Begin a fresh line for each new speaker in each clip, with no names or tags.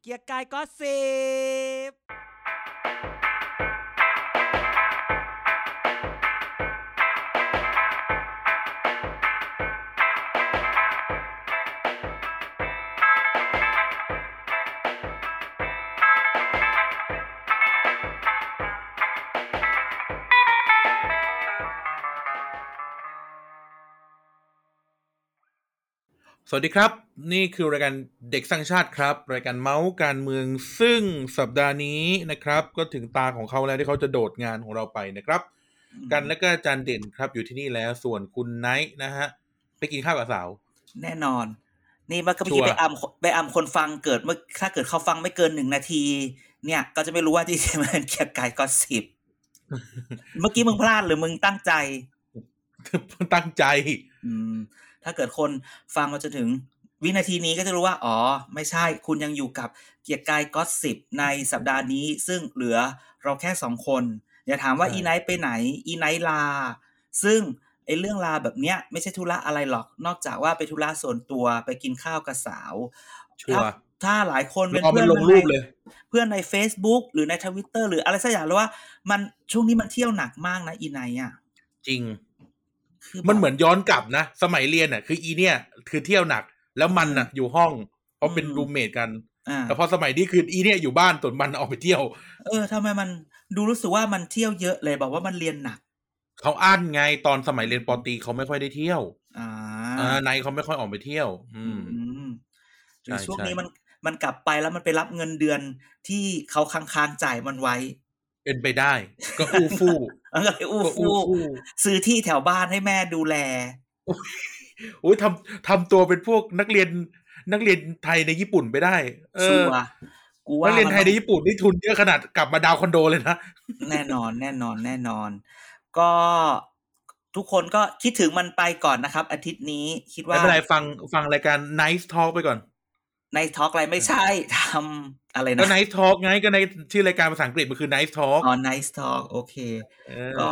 เกียร์กายก็สิบ
สวัสดีครับ นี่คือรายการเด็กสร้างชาติครับ รายการเมาส์การเมืองซึ่งสัปดาห์นี้นะครับ ก็ถึงตาของเขาแล้วที่เขาจะโดดงานของเราไปนะครับ กันและก็อาจารย์เด่นครับอยู่ที่นี่แล้วส่วนคุณไนท์นะฮะไปกินข้าวกับสาว
แน่นอน นี่มันก็เมื่อกี้
ชัวร์
ไปอำไปอำคนฟังเกิดเมื่อถ้าเกิดเขาฟังไม่เกินหนึ่งนาที เนี่ย ก็จะไม่รู้ว่าที่ จะมันเกียร์กายก็สิบเมื่อกี้มึงพลาดหรือมึงตั้งใจ
ตั้งใจ
อืม ถ้าเกิดคนฟังมาจนถึง วินาทีนี้ก็จะรู้ว่า อ๋อ ไม่ใช่ คุณยังอยู่กับเกียรติกายก็สิบในสัปดาห์นี้ ซึ่งเหลือเราแค่สองคน อย่าถามว่า
ใช่
อีไนท์ไปไหน อีไนท์ลา ซึ่งไอ้เรื่องลาแบบเนี้ย ไม่ใช่ธุระอะไรหรอก นอกจากว่าไปธุระส่วนตัวไปกินข้าวกับสาว
ชัวร์
ถ้าหลายคนเป็น
เอามั
เพื่
น
อน
ลงรูปเลย
เพื่อนใน Facebook หรือในทวิตเตอร์หรืออะไรสักอย่างแล้วว่า มันช่วงนี้มันเที่ยวหนักมากนะอีไนท์อ่ะ
จริง
คื
มัน
แบบ
เหมือนย้อนกลับนะ สมัยเรียนอ่ะคืออีเนี่ย คือเที่ยวหนัก แล้วมันอ่ะ อยู่ห้องเพราะเป็น
อืม
รูมเมทกัน
อ่า
แต่พอสมัยนี้คืออีเนี่ยอยู่บ้านส่วนมันออกไปเที่ยว
เออทำไมมันดูรู้สึกว่ามันเที่ยวเยอะเลยบอกว่ามันเรียนหนัก
เขาอั้นไงตอนสมัยเรียนปอตรีเขาไม่ค่อยได้เที่ยว
อ่า
อ่าในเขาไม่ค่อยออกไปเที่ยว อืม
อืม
ใช่
หรือช่วง
ใช่
นี้มันมันกลับไปแล้วมันไปรับเงินเดือนที่เขาค้างๆจ่ายมันไว้
เป็นไปได้ ก็อู้ฟู่
แล้วก็เลยอู้
ก็อู้
ฟู่
ฟู่
ซื้อที่แถวบ้านให้แม่ดูแล
โอ้ยทำทำตัวเป็นพวกนักเรียนนักเรียนไทยในญี่ปุ่นไปได้ เอ
ชั
อ
วร์กู
นั
ว่าก
เรียนไทยใน
มัน
ญี่ปุ่นนี่ทุนเยอะขนาดกลับมาดาวคอนโดเลยนะ
แน่นอน แน่นอน แน่นอน ก็ทุกคนก็คิดถึงมันไปก่อนนะครับ อาทิตย์นี้คิด
ไม่
ว่า
เป็นไรฟังฟังรายการ Nice Talk ไปก่อน
ในทอล์กอะไรไม่ใช่ทำอะไร
ก็
นะ
Nice Talk ไงก็ในชื่อรายการภาษาอังกฤษมันคือ Nice Talk
อ๋อไนท์ทอล์กโอเค
เออ
ก็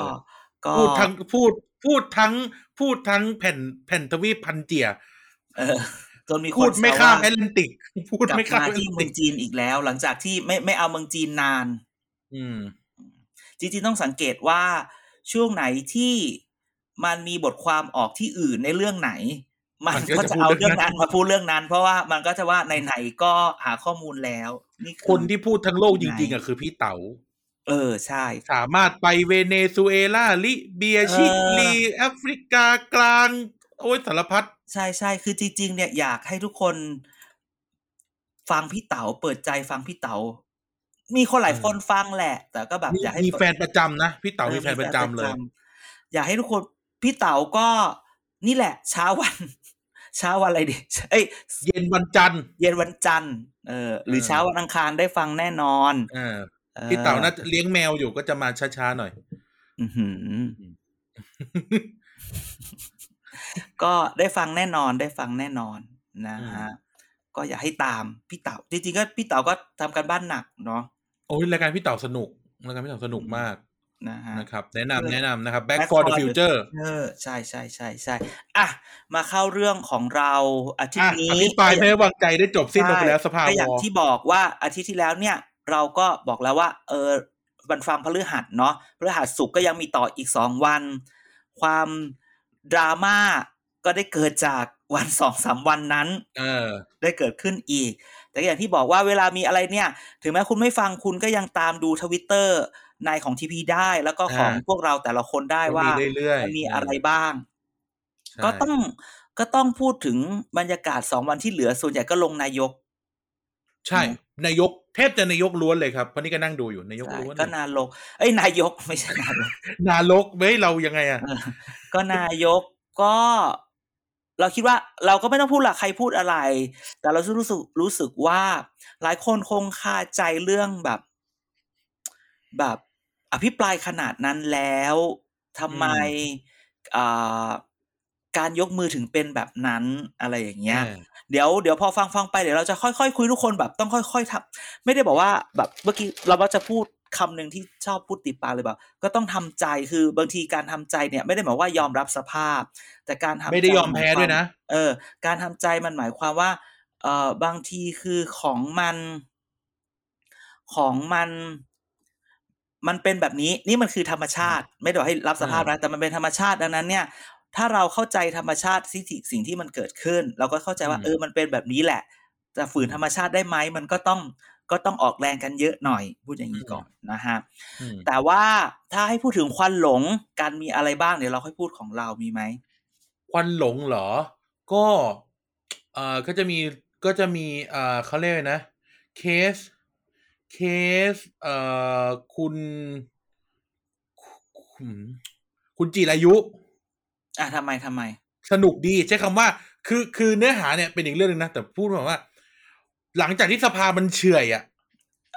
ก็
พูดทั้งพูดพูดทั้งพูดทั้งแผ่นแผ่นทวีปพันเจีย
เออจนมีคน
พูดไม่
แซว
ข้าม
ว่
แอตแลนติก พูด
กลับ
ไม่ข้าม
มา
แอตแล
ที่
น
เมื
ติ
อก งจีนอีกแล้ว หลังจากที่ไม่ไม่เอาเมืองจีนนาน
อืม
จริงๆต้องสังเกตว่าช่วงไหนที่มันมีบทความออกที่อื่นในเรื่องไหน มัน
มันก็จะพูด
ก็จะเอา
เรื่อ
เรื่อง ง
นั้
นั้น นมาพูดเรื่องนั้น เพราะว่ามันก็จะว่าไหนๆก็หาข้อมูลแล้ว นี่อ
คนที่พูดทั้งโลกจริง ๆอ่ะคือพี่เต๋า
เออใช่
สามารถไปเวเนซุเอลา ลิเบียชิลี แอฟริกากลาง โอ้ยสารพัด
ใช่ใช่คือจริงๆเนี่ยอยากให้ทุกคนฟังพี่เต๋าเปิดใจฟังพี่เต๋ามีคนหลาย
เออ
คนฟังแหละ แต่ก็แบบ
มี
อยากให้
มี
เปิด
แฟนประจำนะ พี่เต๋า
ออ
มีแฟนประจำเลย
อยากให้ทุกคนพี่เต๋าก็นี่แหละ เช้าวัน เช้าวันอะไรดิเอ้ย
เย็นวันจันทร์
เย็นวันจันทร์เออ หรือ
เออ
เช้าวันอังคารได้ฟังแน่นอน
เออ
ออ
พี่เต๋าน่าจะเลี้ยงแมวอยู่ก็จะมาช้าๆหน่อย
อื้อหือก็ได้ฟังแน่นอนได้ฟังแน่นอนนะฮะก็อยากให้ตามพี่เต๋าจริงๆก็พี่เต๋าก็ทำการบ้านหนักเนาะ
โอ้ยรายการพี่เต๋าสนุกรายการพี่เต๋าสนุกมาก
นะฮะ
นะครับ แนะนำ
เออ
แนะนำนะครับ Back for the Future
เออใช่ใช่ใช่ใช่อ่ะมาเข้าเรื่องของเราอาทิต
อ่ะ
ย์นี้
อภิปรายไม่ไว้วางใจได้จบสิ้นลงไปแล้วสภา
ใช่
ว
อย่าง
อ
ที่บอกว่าอาทิตย์ที่แล้วเนี่ย เราก็บอกแล้วว่า เออวันฟังพฤหัสเนาะพฤหัสศุกร์ก็ยังมีต่ออีกสองวัน ความดราม่าก็ได้เกิดจากวันสองสามวันนั้น
เออ
ได้เกิดขึ้นอีก แต่อย่างที่บอกว่าเวลามีอะไรเนี่ย ถึงแม้คุณไม่ฟังคุณก็ยังตามดูทวิตเตอร์ในของทีพีได้ แล้วก็ของ
อ่า
พวกเราแต่ละคนได้ว่า
ก็เรื่อย
มัน
ๆ
มีอะไรบ้าง
ใช่
ก็ต้องก็ต้องพูดถึงบรรยากาศสองวันที่เหลือส่วนใหญ่ก็ลงนายก
ใช่นายกแทบจะนายกล้วนเลยครับเพราะนี่ก็นั่งดูอยู่นายก
ใช่
ล้วน
ก็นายกเอ้ยนายก ไม่ใช่นายก
นายกเฮ้ยเรายังไงอ่ะ
เออก็นายกก็ เราคิดว่าเราก็ไม่ต้องพูดหลักใครพูดอะไร แต่เรารู้สึกรู้สึกว่า หลายคนคงคาใจเรื่องแบบ แบบอภิปรายขนาดนั้นแล้วทำไมอ่าการยกมือถึงเป็นแบบนั้นอะไรอย่างเงี้ย เดี๋ยวเดี๋ยวพอฟังฟังไปเดี๋ยวเราจะค่อยๆคุยทุกคนแบบต้องค่อยๆทำไม่ได้บอกว่าแบบเมื่อกี้เราว่าจะพูดคำหนึ่งที่ชอบพูดติดปากเลยแบบก็ต้องทำใจคือบางทีการทำใจเนี่ย ไม่ได้หมายว่ายอมรับสภาพ แต่การทำใจ
ไม่ได้ยอมแพ้ด้วยนะ
เออ การทำใจมันหมายความว่า เออบางทีคือของมัน ของมัน มันเป็นแบบนี้ นี่มันคือธรรมชาติ ไม่ได้บอกให้รับสภาพนะแต่มันเป็นธรรมชาติดังนั้นเนี่ย ถ้าเราเข้าใจธรรมชาติสิ่งที่สิ่งที่มันเกิดขึ้น เราก็เข้าใจว่า
อืม
เออมันเป็นแบบนี้แหละจะฝืนธรรมชาติได้ไหมมันก็ต้องก็ต้องออกแรงกันเยอะหน่อยพูดอย่างนี้ก่อนนะฮะ
อืม
แต่ว่าถ้าให้พูดถึงควันหลงการมีอะไรบ้างเดี๋ยวเราค่อยพูดของเรามีไหม
ควันหลงเหรอ ก็เอ่อก็จะมีก็จะมีเอ่อเขาเรียกอะไรนะ เคส เคสเอ่อคุณคุณ คุณจิรายุ
อ่ะทำไมทำไม
สนุกดีใช้คำว่า คือคือเนื้อหาเนี่ยเป็นอีกเรื่องหนึงนะ แต่พูดแบบว่า หลังจากที่สภามันเฉื่อยอ่ะ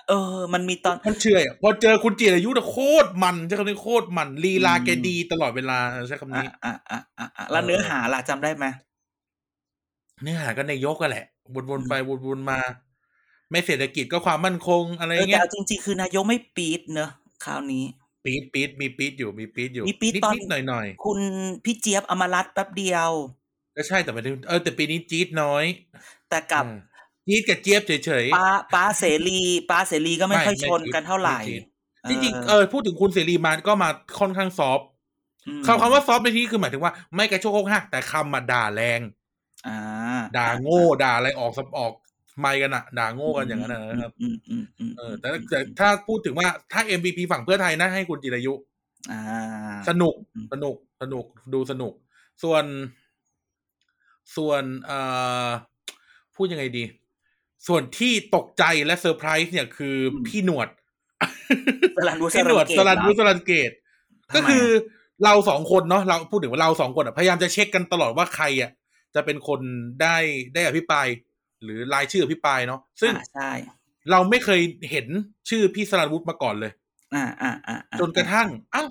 เออ มันมีตอน
มันเฉื่อยอะพอเจอคุณจิรายุน่ะโคตรมันใช้คำนี้โคตรมันลีลา
อืม
แกดีตลอดเวลาเออใช้คำ
อ่ะ
นี้
อ่ะอ่ะอ่ะอ่ะแล้วเนื้อหาล่ะจำได้ไหม
เนื้อหาก็นายกกันแหละ
อื
วน
ม
ๆไปวนๆมา ไม่เศรษฐกิจก็ความมั่นคงอะไร
เออแต่
เงี้ย
เอาจริงๆคือนายกไม่ปี๊ดเนอะคราวนี้
ปี๊ดปี๊ดมีปี๊ดอยู่มีปี๊ดอยู่
มีปี๊ด
นิด
ตอน
นิดหน่อยหน่อย
คุณพี่เจี๊ยบอมรัตน์แป๊บเดียว
ๆก็ใช่แต่ไม่ได้เออแต่ปีนี้จี๊ดน้อย
แต่กับ
อืมจี๊ดกับเจี๊ยบเฉย
ป้าป้าเสรีป้าเสรีก็ไม่
ไม่
ค่อย
ไม่
ชน
คิด
กันเท่าไหร่
ไม่คิด ๆจริงๆเอ
อ
อพูดถึงคุณเสรีมาก็มาค่อนข้างซอฟต์
ม
คำคำว่าซอฟต์ในที่นี้คือหมายถึงว่าไม่กระโชกโคกหักแต่คำมาด่าแรง
อ่า
ด่าโง่ด่าอะไรออกสับออกไม่กันอะด่าโง่กันอย่างนั้นอะนะครับ
อืมอืมอืม
เออแต่แต่ถ้าพูดถึงว่าถ้า MVP ฝั่งเพื่อไทยนะให้คุณจิรายุ
อ่า
สนุก
อืม
สนุกสนุกดูสนุก ส่วน ส่วนเอ่อพูดยังไงดี ส่วนที่ตกใจและเซอร์ไพรส์เนี่ยคือพี่หนวด
สลันวุฒิ
พี่หนวด
เกต
สลันวุฒิ
เห
ส
รอ
ลันเกต ก็
ทำไม
คือ
อะ
เราสองคนเนาะเราพูดถึงว่าเราสองคนอะพยายามจะเช็คกันตลอดว่าใครอ่ะ จะเป็นคนได้ได้อภิปราย หรือรายชื่ออภิปรายเนาะซึ่ง
อ่าใช่
เราไม่เคยเห็นชื่อพี่สราญวุฒิมาก่อนเลย
อ่าอ่าอ่าอ่า
จนกระทั่ง เอ้า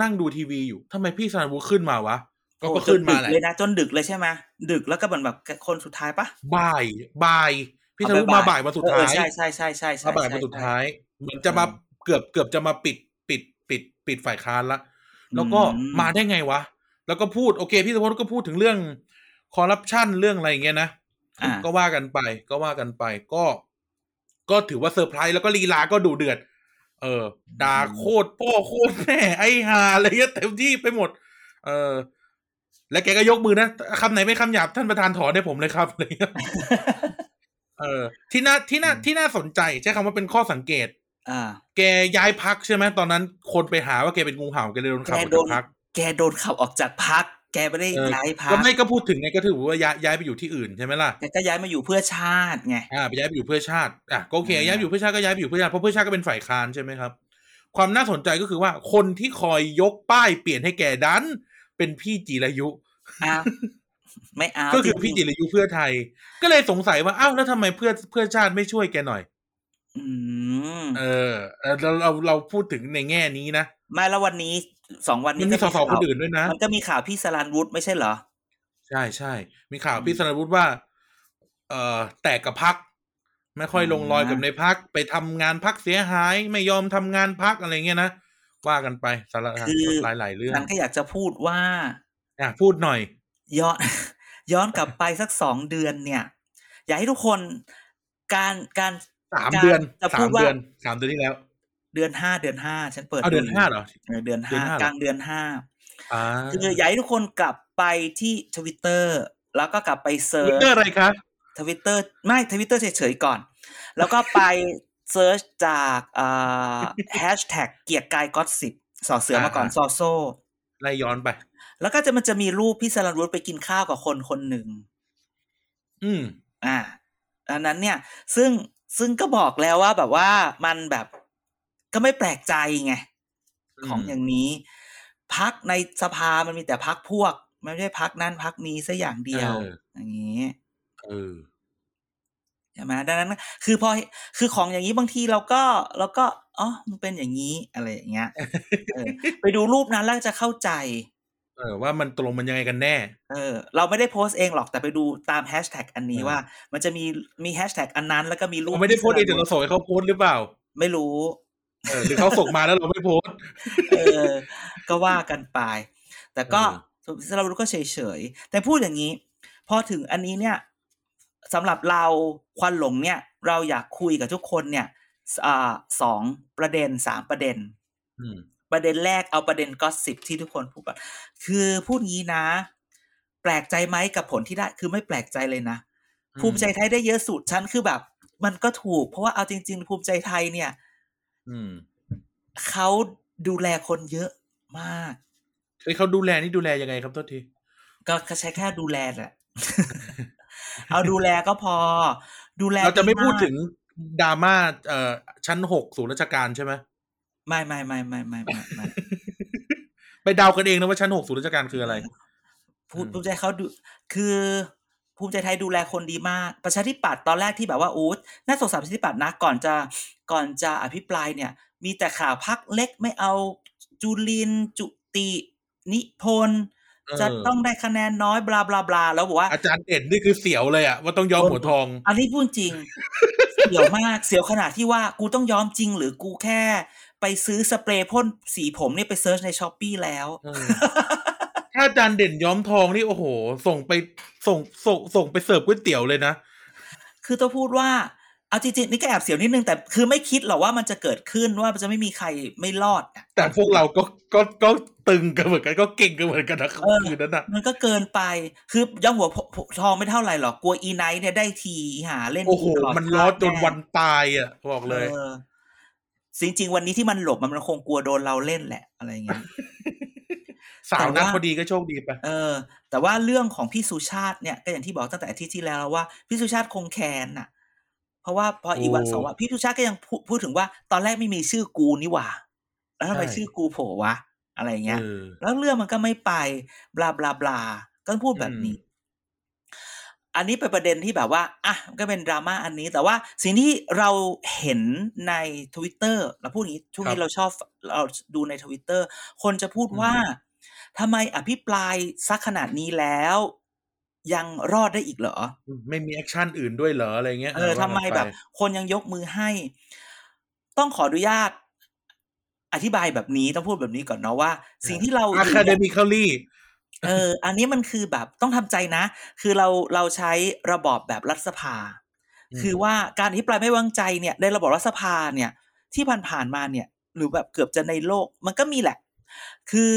นั่งดูทีวีอยู่ทำไมพี่สราญวุฒิขึ้นมาวะ ก็
โอ้
ก็ขึ้นมาแหละ
จดึกเลยนะจนดึกเลยใช่ไหมดึกแล้วก็เหมือนแบบคนสุดท้ายปะ
บ่ายบ่าย พี่สราญวุฒิมาบ่ายมาสุด
เอ
ท้า
อย ใช่ใช่ใช่ใช่ใช่
มาบ่ายมาสุดท้าย เหมือนจะมาเกือบเกือบจะมาปิดปิดปิด ปิดฝ่ายค้านละ แล้วก็
อื
มาได้ไงวะ แล้วก็พูดโอเค พี่สราญวุฒิก็พูดถึงเรื่องคอร์รัปชันเรื่องอะไรอย่างเงี้ยนะ
อ่า
ก็ว่ากันไป ก็ว่ากันไป ก็ ก็ถือว่าเซอร์ไพรส์แล้วก็ลีลาก็ดูเดือด เออด่าโคตรพ่อโคตรแม่ไอ้หาอะไรเงี้ยเต็มที่ไปหมด เออ แล้วแกก็ยกมือนะคำไหนไม่คำหยาบท่านประธานถอนให้ผมเลยครับ อะไรเงี้ยเออ ที่น่าที่น่าที่น่าสนใจใช้คำว่าเป็นข้อสังเกต
อ่า
แกย้ายพักใช่ไหมตอนนั้น คนไปหาว่าแกเป็นงูเห่าแกเลยโดนขับออก
แกโด
จาน กพัก
แกโดนขับออกจากพัก แกไม่ได้
เออ
ย้ายพั
ก็
ก
ไม่ก็พูดถึงไงก็ถือว่าย้ายย้ายไปอยู่ที่อื่นใช่ไหมล่ะ
แกก็ย้ายมาอยู่เพื่อชาติไง
อ่าไปย้ายไปอยู่เพื่อชาติอ่ะก็โอเค
อ่า
ย้ายไปอยู่เพื่อชาติก็ย้ายไปอยู่เพื่อชาติเพราะเพื่อชาติก็เป็นฝ่ายค้านใช่ไหมครับ ความน่าสนใจก็คือว่าคนที่คอยยกป้ายเปลี่ยนให้แก่ดัน เป็นพี่จิรายุ
อ้าวไม่เอา
ก็คือพี่จิ
ริง
รายุเพื่อไทย ก็เลยสงสัยว่าอ้าวแล้วทำไมเพื่อเพื่อชาติไม่ช่วยแกหน่อย
ๆอืม
เออเออเราเราเราพูดถึงในแง่นี้นะ
ไม่แล้ววันนี้สองวัน
มั
นี้
นมีส
ก็
ส
ข่าว
คนอื่นด้วยนะ
มันก็มีข่าวพี่สลันวุฒิไม่ใช่เหรอ
ใช่ใช่มีข่าว
อืม
พี่สรวุฒิว่า เอ่อแตกกับพัก ไม่ค่อยลงรอย
อ่ากั
กับในพักไปทำงานพักเสียหาย ไม่ยอมทำงานพักอะไรเงี้ยนะว่ากันไปสารพัดหลายหลายๆเรื่อง
ฉันก็อยากจะพูดว่า
อ่ะพูดหน่อย
ย้อน ย้อนกลับไปสักสองเดือนเนี่ย อยากให้ทุกคนการการ
สาม
การ
เดือน
จะ
สา
พู
ม
ดว่า
เดือนสามเดือนที่แล้ว
เดือนห้าเดือนห้าฉันเปิด
เอาเดือน
ยู่
ห้าเหรอ
เออเดือน
เดือ
ห้าน
ห้าเหรอ
กลางเดือนห้า
อ่า
คืออยากให้ทุกคนกลับไปที่ทวิตเตอร์แล้วก็กลับไปเซิ
วิ
ร์ช
เตอร์อะไรคะ
ทวิตเตอร์ไม่ทวิตเตอร์เฉยๆก่อน แล้วก็ไปเซิร์ชจากแฮชแท็กเกียรติกายก็อตสิบสอเสือมาก่อนซอโซ
ไล่ย้อนไป
แล้วก็จะมันจะมีรูปพี่สรันวุฒิไปกินข้าวกับคนคนหนึ่ง
อืม
อ่าอันนั้นเนี่ยซึ่งซึ่งก็บอกแล้วว่าแบบว่ามันแบบก็ไม่แปลกใจไง
อืม
ของอย่างนี้ พักในสภามันมีแต่พักพวก ไม่ได้พักนั้นพักนี้ซะอย่างเดียว
ออ
อย่างนี้
เออ
ใช่ไหมดังนั้น คือพอคือของอย่างนี้บางทีเราก็เราก็อ๋อมันเป็นอย่างนี้อะไรอย่างเงี้ยเออ ไปดูรูปนั้นแล้วจะเข้าใจ
เออ ว่ามันตกลงมันยังไงกันแน่
เออเราไม่ได้โพสต์เองหรอกแต่ไปดูตามแฮชแท็กอันนี้
เออ
ว่า มันจะมีมีแฮชแท็กอันนั้น แล้วก็มีรูป
เราไม่ได้โพสต์เองแต่เราส่งให้เขาโพสต์หรือเปล่า
ไม่รู้
เออหรือเขาส่งมาแล้วเราไม่โพสต์
เออ ก็ว่ากันไป แต่ก็เราก็เฉยๆ แต่พูดอย่างนี้ พอถึงอันนี้เนี่ยสำหรับเราควันหลงเนี่ย เราอยากคุยกับทุกคนเนี่ย อ่าสองประเด็นสามประเด็น
อืม
ประเด็นแรกเอาประเด็นก็สซิบที่ทุกคนพูดก่อนคือพูดงี้นะ แปลกใจไหมกับผลที่ได้ คือไม่แปลกใจเลยนะ
อืม
ภูมิใจไทยได้เยอะสุดฉันคือแบบ มันก็ถูก เพราะว่าเอาจริง ๆ ภูมิใจไทยเนี่ย
อืม
เขาดูแลคนเยอะมาก
เอ้ยเขาดูแลนี่ดูแลยังไงครับโทษที
ก็ใช้แค่ดูแลแหละ เอาดูแลก็พอ ดูแล
เราจะไม่
าก
พูดถึงดราม่าเอ่อชั้นหกศูนย์ราชการใช่ไหม
ไม่ไม่ไม่ไม่ไม่ไม่ไม่
ไปเดากันเองนะว่าชั้นหกศูนย์ราชการคืออะไร
ภูมิ
อืม
ภูมิใจเขาดูคือภูมิใจไทยดูแลคนดีมาก ประชาธิปัตย์ตอนแรกที่แบบว่าอู้น่าสงสารประชาธิปัตย์นะก่อนจะก่อนจะอภิปรายเนี่ย มีแต่ข่าวพักเล็กไม่เอาจุลินจุตินิพนธ์
เออ
จะต้องได้คะแนนน้อยบลาบลาบลาแล้วบอกว่า
อาจารย์เด่นนี่คือเสียวเลยอะว่าต้องยอมหัวท อง
อันนี้พูดจริง เสียวมากเสียวขนาดที่ว่ากูต้องยอมจริง หรือกูแค่ไปซื้อสเปรย์พ่นสีผมเนี่ยไปเซิร์ชในช้อปปีแล้ว
เออถ้าอาจารย์เด่นย้อมทองนี่โอ้โห ส่งไปส่งส่งส่งไปเสิร์ฟก๋วยเตี๋ยวเลยนะ
คือต้องพูดว่า เอาจริงๆ นี่ก็แอบเสียวนิดนึง แต่คือไม่คิดหรอกว่ามันจะเกิดขึ้นว่ามันจะไม่มีใครไม่รอดน่ะ
แต่พวกเราก็ก็ก็ตึงกันเหมือนกันก็เก่งกันเหมือนกันนะคื
เออ
นนั้นอ่ะ
มันก็เกินไป คือย่อมหัวทองไม่เท่าไหร่หรอก กลัวอีไนท์เนี่ยได้ทีหาเล่น
โอ้โห
ตลด
มันล้อ
ชาติ
จนวันตายอ่ะบอกเลย
ออจริงๆ วันนี้ที่มันหลบมันคงกลัวโดนเราเล่นแหละอะไรอย่างเงี้ย
สาวนัก
แต่ว่า
พอดีก็โชคดีไป
เออ แต่ว่าเรื่องของพี่สุชาติเนี่ยก็อย่างที่บอกตั้งแต่อาทิตย์ที่แล้วแล้วว่าพี่สุชาติคงแค้นน่ะ เพราะว่าพออีกวัน
โอ้
สองวันพี่สุชาติก็ยังพูดพูดถึงว่า ตอนแรกไม่มีชื่อกูนี่หว่า แล้วทำไม
ใช่
ชื่อกูโผล่วะ อะไรอย่างเงี้ย
เออ
แล้วเรื่องมันก็ไม่ไปบลาบลาบลาก็พูดแบบนี้ อันนี้เป็นประเด็นที่แบบว่าอ่ะมันก็เป็นดราม่าอันนี้ แต่ว่าสิ่งที่เราเห็นในทวิตเตอร์เราพูดอย่างนี้ช่วง
ครั
นี้
บ
เราชอบเราดูในทวิตเตอร์คนจะพูดว่าทำไมอภิปรายซักขนาดนี้แล้ว ยังรอดได้อีกเหรอ
ไม่มีแอคชั่นอื่นด้วยเหรออะไรเงี้ย
เออทำไม
ว่ากันป
แบบ คนยังยกมือให้ ต้องขออนุญาต อธิบายแบบนี้ต้องพูดแบบนี้ก่อนเนาะว่า สิ่งที่เรา
อะคาเดมิคอลี่
เออ อันนี้มันคือแบบต้องทำใจนะ คือเราเราใช้ระบอบแบบรัฐสภา
อืม
คือว่าการอภิปรายไม่ไววางใจเนี่ยในระบอบรัฐสภาเนี่ย ที่ผ่านๆมาเนี่ย หรือแบบเกือบจะในโลก มันก็มีแหละ คือ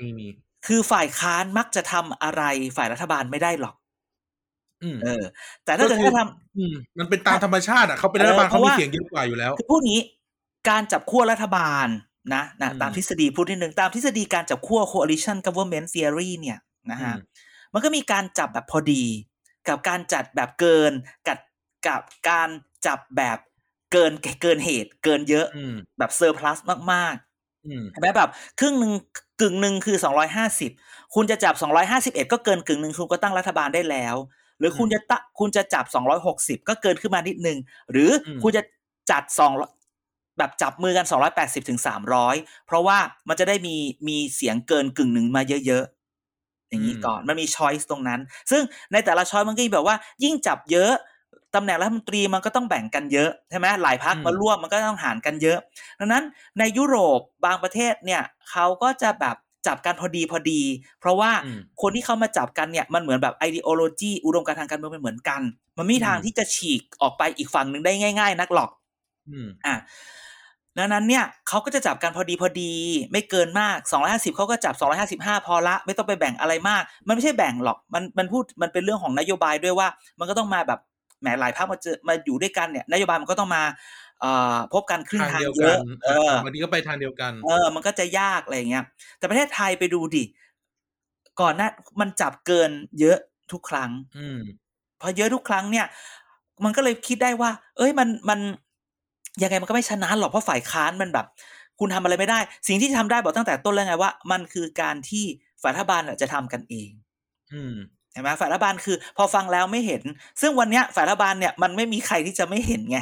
มีมี
คือฝ่ายค้านมักจะทำอะไรฝ่ายรัฐบาลไม่ได้หรอก
อืม
เออ แต่ถ้าเกิด
ก็คือ
เขาท
อืมมันเป็นตามธรรมชาติอ่ะเขาเป็นรัฐบาลเขามีเสียงเยอะกว่าอยู่แล้ว
ำคือพูดงี้ การจับขั้วรัฐบาลนะนะ
อืม
ตามทฤษฎีพูดนิดนึงตามทฤษฎีการจับขั้ว coalition government theory เนี่ยนะฮะ มันก็มีการจับแบบพอดี กับการจัดแบบเกิน กับกับการจับแบบเกินเกินเหตุ เกินเยอะ
อืม
แบบเซอร์พลัสมาก
อืม
ๆเห็นไหมแบบครึ่งหนึ่งกึ่งหนึ่งคือ 250 คุณจะจับ 251 ก็เกินกึ่งหนึ่งคุณก็ตั้งรัฐบาลได้แล้ว หรือคุณ
อืม
จะตะคุณจะจับ 260 ก็เกินขึ้นมานิดนึง หรืออ
ม
คุณจะจัด2แบบจับมือกัน 280ถึง300 เพราะว่ามันจะได้มีมีเสียงเกินกึ่งหนึ่งมาเยอะๆ อย่างนี้ก่อน มันมีช้อยส์ตรงนั้น ซึ่งในแต่ละช้อยมันก็มีแบบว่า ยิ่งจับเยอะตำแหน่งรัฐมนตรีมันก็ต้องแบ่งกันเยอะใช่ไหมหลายพัก
อืม
มาร่วมมันก็ต้องหารกันเยอะ ดังนั้นในยุโรปบางประเทศเนี่ยเขาก็จะแบบจับกันพอดีพอดี เพราะว่า
อืม
คนที่เขามาจับกันเนี่ยมันเหมือนแบบไอเดโอโลจีอุดมการณ์ทางการเมืองมันเหมือนกัน มันไม่มีทาง
อืม
ที่จะฉีกออกไปอีกฝั่งหนึ่งได้ง่าย ๆ นักหรอก
อืม
อ่ะดังนั้นเนี่ยเขาก็จะจับกันพอดีพอดี ไม่เกินมาก 250เขาก็จับ 255 พอละ ไม่ต้องไปแบ่งอะไรมาก มันไม่ใช่แบ่งหรอก มันมันพูดมันเป็นเรื่องของนโยบายด้วยว่า มันก็ต้องมาแบบแหมหลายภาคมาเจอมาอยู่ด้วยกันเนี่ยนโยบายมันก็ต้องมาเอ่อพบกันครึ่ง
ทาง
ทาง
เดียว
เย
กั
อะ
น
เออ
วันนี้ก็ไปทางเดียวกัน
เออ มันก็จะยากอะไรอย่างเงี้ย แต่ประเทศไทยไปดูดิ ก่อนหน้ามันจับเกินเยอะทุกครั้ง
อืม
พอเยอะทุกครั้งเนี่ย มันก็เลยคิดได้ว่า เอ้ย มัน มัน ยังไงมันก็ไม่ชนะหรอก เพราะฝ่ายค้านมันแบบ คุณทำอะไรไม่ได้ สิ่งที่ทำได้บอกตั้งแต่ต้นแล้วไงว่า มันคือการที่ฝ่ายรัฐบาลน่ะจะทำกันเอง
อืม
ใช่ไหมฝ่ายรัฐบาลคือ พอฟังแล้วไม่เห็น ซึ่งวันเนี้ยฝ่ายรัฐบาลเนี่ยมันไม่มีใครที่จะไม่เห็นไง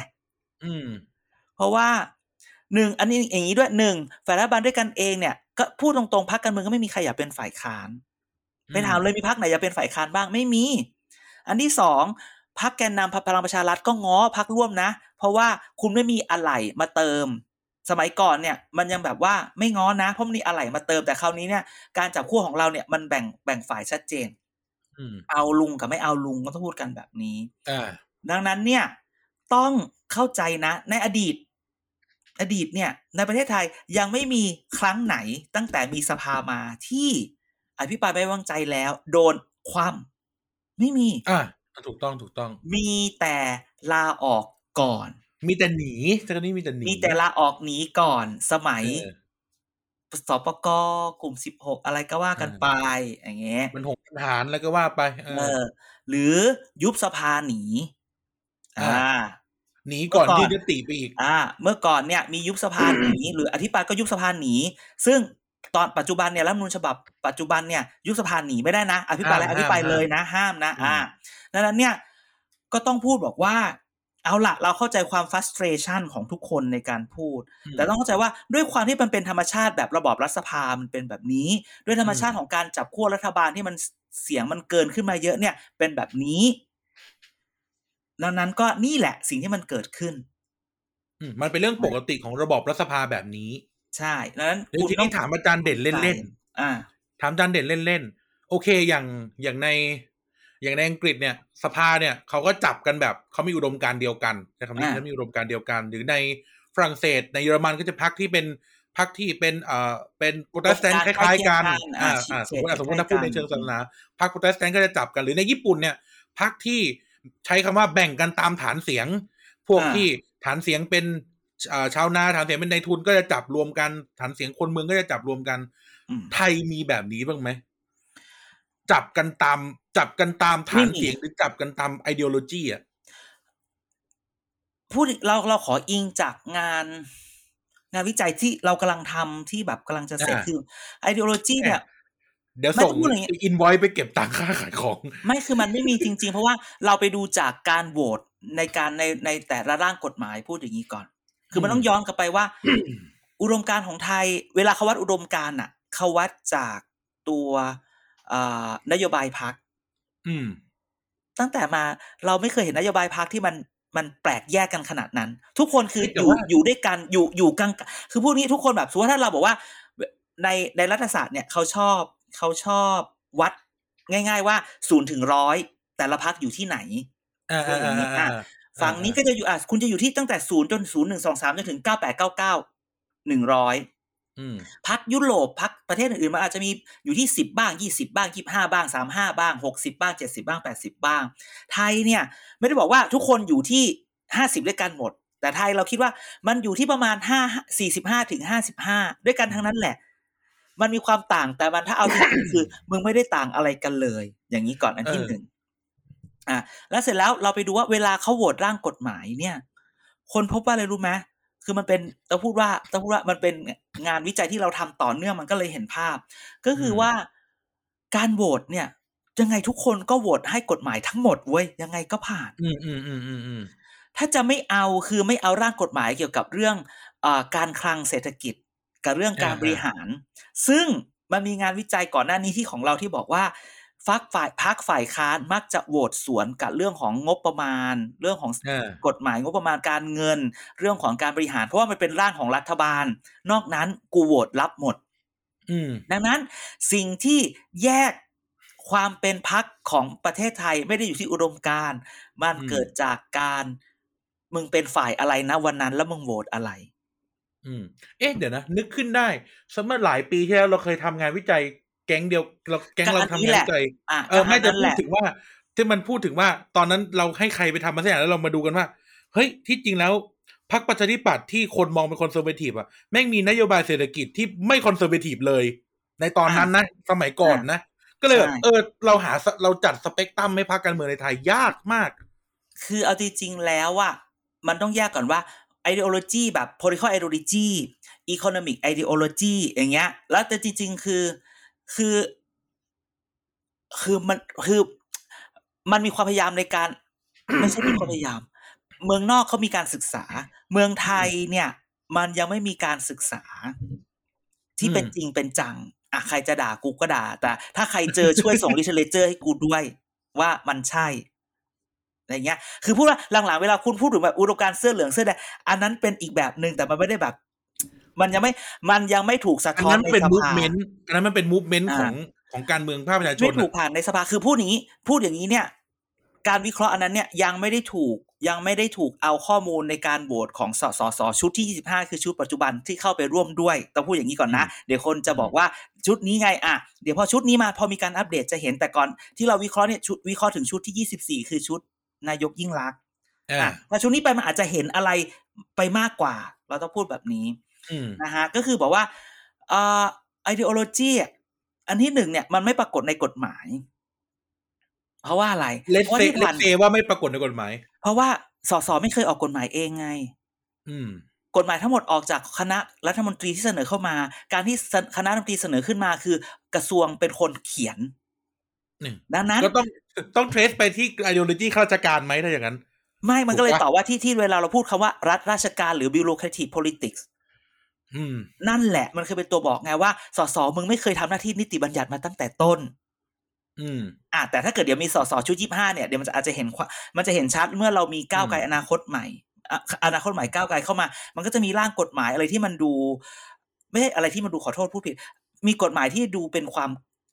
อืม
เพราะว่าหนึ่งอันนี้อย่างนี้ด้วยหนึ่งฝ่ายรัฐบาลด้วยกันเองเนี่ยก็พูดตรงๆพักการเมืองก็ไม่มีใครอยากเป็นฝ่ายค้านไปถามเลยมีพักไหนอยากเป็นฝ่ายค้านบ้างไม่มี อันที่สองพักแกนนำพรรคพลังประชารัฐก็ง้อพักร่วมนะ เพราะว่าคุณไม่มีอะไหล่มาเติม สมัยก่อนเนี่ย มันยังแบบว่าไม่ง้อนะเพราะมันมีอะไหล่มาเติมแต่คราวนี้เนี่ยการจับคู่วของเราเนี่ยมันแบ่งแบ่งฝ่ายชัดเจน
อืม
เอาลุงกับไม่เอาลุงก็ต้องพูดกันแบบนี้
อ่า
ดังนั้นเนี่ยต้องเข้าใจนะ ในอดีต อดีตเนี่ย ในประเทศไทยยังไม่มีครั้งไหนตั้งแต่มีสภามาที่อภิปรายไม่ไว้วางใจแล้ว โดนคว่ำไม่มี
อ่ะถูกต้องถูกต้อง
มีแต่ลาออกก่อน
มีแต่หนีจากนี้มีแต่หนี
มีแต่ลาออกหนีก่อนสมัย
เออ
สปกกลุ่มสิบหกอะไรก็ว่ากัน
อ่า
ไปอย่างเงี้ย
มันหงปัญหารแล้วก็ว่าไปเออ
เออ หรือยุบสภาหนี
อ่า
อ่า
หนีก่อน
เมื่อก่อน
ที่จะติไปอีก
อ่า เมื่อก่อนเนี่ยมียุบสภาหนีหรืออธิปรายก็ยุบสภาหนี ซึ่งตอนปัจจุบันเนี่ยรัฐธรรมนูญฉบับปัจจุบันเนี่ยยุบสภาหนีไม่ได้นะ อภิปรายแล้วอ
ห้าม
ภิปราย
ห้าม
เลยนะห้ามนะ อ่า
อื
ดังนั้นเนี่ยก็ต้องพูดบอกว่า เอาละเราเข้าใจความ frustration ของทุกคนในการพูด แต่ต้องเข้าใจว่าด้วยความที่มันเป็นธรรมชาติแบบระบอบรัฐสภามันเป็นแบบนี้ ด้วยธรรมชาติของการจับขั้วรัฐบาลที่มันเสียงมันเกินขึ้นมาเยอะเนี่ยเป็นแบบนี้ดังนั้นก็นี่แหละสิ่งที่มันเกิดขึ้น
อืมมันเป็นเรื่องปกติของระบอบรัฐสภาแบบนี้
ใช่ดังนั้น
เดี๋ยวทีนี้ถามอาจารย์เด่นเล่น
อ่า
ๆถามอาจารย์เด่นเล่นๆโอเคอย่างอย่างใน อย่างในอังกฤษเนี่ย สภาเนี่ยเขาก็จับกันแบบเขามีอุดมการณ์เดียวกันใช้คำนี้
อ่า
เขามีอุดมการณ์เดียวกัน หรือในฝรั่งเศสในเยอรมันก็จะพักที่เป็นพักที่เป็นเอ่อเป็นโปรเตสแตนต์คล้ายๆกันอ่าอ่าสมมติอ่ะสมมติถ้าพูดในเชิงศาสนาพรรคโปรเตสแตนต์ก็จะจับกันหรือในญี่ปุ่นเนี่ย พักที่ใช้คำว่าแบ่งกันตามฐานเสียง พวก
อ่า
ที่ฐานเสียงเป็นเอ่อชาวนาฐานเสียงเป็นนายทุนก็จะจับรวมกัน ฐานเสียงคนเมืองก็จะจับรวมกัน
อืม
ไทยมีแบบนี้บ้างไหมจับกันตาม จับกันตามฐาน
ไม่มี
เสียงหรือจับกันตามไอเด o โลจีอ่ะ
พูดเราเราขออิงจากงาน งานวิจัยที่เรากำลังทำที่แบบกำลังจะเสร็จ
อ่า
คือ ideology เนี่ย
เดี๋ยว
ไม่ต้
ส่
อง งพูดอย่างงี้
อิน o อยไปเก็บตังค่าขายของ
ไม่คือมันไม่มีจริง ๆ เพราะว่าเราไปดูจากการโหวตในการในในแต่ละร่างกฎหมายพูดอย่างนี้ก่อน คือมันต้องย้อนกลับไปว่า อุดมการณ์ของไทย เวลาเขาวัดอุดมการณ์อ่ะเขาวัดจากตัวเอ่อนโยบายพัก
อืม
ตั้งแต่มาเราไม่เคยเห็นนโยบายพักที่มันมันแปลกแยกกันขนาดนั้น ทุกคนคือ
แต่
อยู่
ว่า
อยู่ด้วยกันอยู่อยู่กลางคือพูดงี้ทุกคนแบบสมมติว่าถ้าเราบอกว่าในในรัฐศาสตร์เนี่ยเขาชอบเขาชอบวัดง่าย ๆ ว่าศูนย์ถึงร้อยแต่ละพักอยู่ที่ไหน
อ่า
พูดอย่างนี้อ่ะ
อ่า
ฝั่งนี้ก็จะอยู่อ่ะคุณจะอยู่ที่ตั้งแต่ศูนย์จนศูนย์หนึ่งสองสามจนถึงเก้าแปดเก้าเก้าหนึ่งร้อย
อืม
พักยุโรปพักประเทศอื่นๆมันอาจจะมีอยู่ที่สิบบ้างยี่สิบบ้างยี่ห้าบ้างสามห้าบ้างหกสิบบ้างเจ็ดสิบบ้างแปดสิบบ้าง ไทยเนี่ยไม่ได้บอกว่าทุกคนอยู่ที่ห้าสิบด้วยกันหมด แต่ไทยเราคิดว่ามันอยู่ที่ประมาณห้าสี่สิบห้าถึงห้าสิบห้าด้วยกันทั้งนั้นแหละ มันมีความต่างแต่มันถ้าเอาจริงๆ คือมึงไม่ได้ต่างอะไรกันเลย อย่างนี้ก่อนอันที่
เออ
หนึ่งอ่ะแล้วเสร็จแล้วเราไปดูว่าเวลาเขาโหวตร่างกฎหมายเนี่ย คนพบว่าอะไรรู้ไหมคือมันเป็นต้องพูดว่าต้องพูดว่ามันเป็นงานวิจัยที่เราทำต่อเนื่องมันก็เลยเห็นภาพ ก็คืออ
ม
ว่าการโหวตเนี่ย ยังไงทุกคนก็โหวตให้กฎหมายทั้งหมดเว้ยยังไงก็ผ่าน
อืมอืมอืมอืมอืม
ถ้าจะไม่เอาคือไม่เอาร่างกฎหมายเกี่ยวกับเรื่องเออการคลังเศรษฐกิจกับเรื่องการบริหาร ซึ่งมันมีงานวิจัยก่อนหน้านี้ที่ของเราที่บอกว่าฝักฝ่ายพักฝ่ายค้านมักจะโหวตสวนกับเรื่องของงบประมาณ เรื่องของ
อ่าก
ฎหมายงบประมาณการเงิน เรื่องของการบริหาร เพราะว่ามันเป็นร่างของรัฐบาล นอกนั้นกูโหวตรับหมด
อืม
ดังนั้นสิ่งที่แยกความเป็นพักของประเทศไทยไม่ได้อยู่ที่อุดมการณ์มัน
อืม
เกิดจากการมึงเป็นฝ่ายอะไรนะวันนั้นแล้วมึงโหวตอะไร
อืม เอ๊ะเดี๋ยวนะ นึกขึ้นได้สมัยหลายปีที่แล้วเราเคยทำงานวิจัย แก๊งเดียวเราแก๊ง
ก็
เรา
อัน
ทำ
นี้
งานวิ
แหละ
จัย
อ่ะ
เออไม่จะ
นั่น
พูด
แหละ
ถึงว่าที่มันพูดถึงว่า ตอนนั้นเราให้ใครไปทำมาสักอย่างแล้วเรามาดูกันว่า เฮ้ยที่จริงแล้วพรรคประชาธิปัตย์ที่คนมองเป็นคอนเซอร์เวทีฟอ่ะแม่งมีนโยบายเศรษฐกิจที่ไม่คอนเซอร์เวทีฟเลย ในตอนนั้นนะ สมัยก่อนนะ ก็เลยแบบ
ใช่
เออ เราหาสเราจัดสเปกตรัมให้พรรคการเมืองในไทยยากมาก
คือเอาจริงๆแล้วอ่ะมันต้องแยกก่อนว่า ideology แบบ political ideology economic ideology อย่างเงี้ย แล้วแต่จริง ๆ คือคือ คือมันคือมันมีความพยายามในการ ไม่ใช่มีความพยายาม เมืองนอกเขามีการศึกษา เมืองไทยเนี่ย มันยังไม่มีการศึกษา ที่เป็น
อืม
จริงเป็นจังอ่ะใครจะด่ากูก็ด่า แต่ ถ้าใครเจอช่วยส่ง ลิเทเลเจอร์ให้กูด้วยว่ามันใช่อะไรเงี้ย คือพูดว่าหลังๆเวลาคุณพูดถึงแบบอุดมการณ์เสื้อเหลืองเสื้อแดงอันนั้นเป็นอีกแบบหนึ่งแต่มันไม่ได้แบบ มันยังไม่มันยังไม่ถูกสะ
อัน
ท้อน
นั้น
ใน
เป็น
ส
มูฟ
ภา
เมนต์อันนั้นมันเป็นมูฟเมนต์
อ่า
ของของการเมืองภาคประชาชน
ไม่ถู
อะ
กผ่านในสภาคือพูดอย่างนี้ พูดอย่างนี้เนี่ย การวิเคราะห์อันนั้นเนี่ยยังไม่ได้ถูก ยังไม่ได้ถูกเอาข้อมูลในการโหวตของสสสชุดที่ 25 คือชุดปัจจุบันที่เข้าไปร่วมด้วย ต้องพูดอย่างนี้ก่อนนะ เดี๋ยวคนจะบอกว่าชุดนี้ไงอ่ะ เดี๋ยวพอชุดนี้มาพอมีการอัปเดตจะเห็นแต่ก่อนที่เราวิเคราะห์เนี่ยชุดวิเคราะห์ถึงชุดที่ 24 คือชุดนายกยิ่งลักษณ์
อ่า
อ่ะพอชุดนี้ไปมันอาจจะเห็นอะไรไปมากกว่า เราต้องพูดแบบนี้
อืม
นะฮะก็คือบอกว่าเอ่อ ideology อ่ะอันที่หนึ่งเนี่ยมันไม่ปรากฏในกฎหมาย เพราะว่าอะไร
เลส
เพราะ
เซ
ที่
เล
ผ่า
ส
น
เซว่าไม่ปรากฏในกฎหมาย
เพราะว่าสสไม่เคยออกกฎหมายเองไง
อืม
กฎหมายทั้งหมดออกจากคณะรัฐมนตรีที่เสนอเข้ามา การที่เสนคณะรัฐมนตรีเสนอขึ้นมาคือกระทรวงเป็นคนเขียน
อืม
ดังนั้น
ก็ต้องต้องเทรสไปที่ ideology ข้าราชการไหมถ้าอย่างนั้น
ไม่มันก็เลย
ถูกปะ
ตอบว่าที่ที่เวลาเราพูดคำว่ารัฐราชการหรือ bureaucratic politics
อืม
นั่นแหละมันคือเป็นตัวบอกไงว่าสสมึงไม่เคยทำหน้าที่นิติบัญญัติมาตั้งแต่ต้น
อืม
อ่ะแต่ถ้าเกิดเดี๋ยวมีสสชุดยี่ห้าเนี่ยเดี๋ยวมันจะอาจจะเห็นความมันจะเห็นชัดเมื่อเรามีก้าวไกล
อืม
อนาคตใหม่อ่ะอนาคตใหม่ก้าวไกลเข้ามา มันก็จะมีร่างกฎหมายอะไรที่มันดู ไม่ใช่อะไรที่มันดูขอโทษผู้ผิด มีกฎหมายที่ดูเป็นความ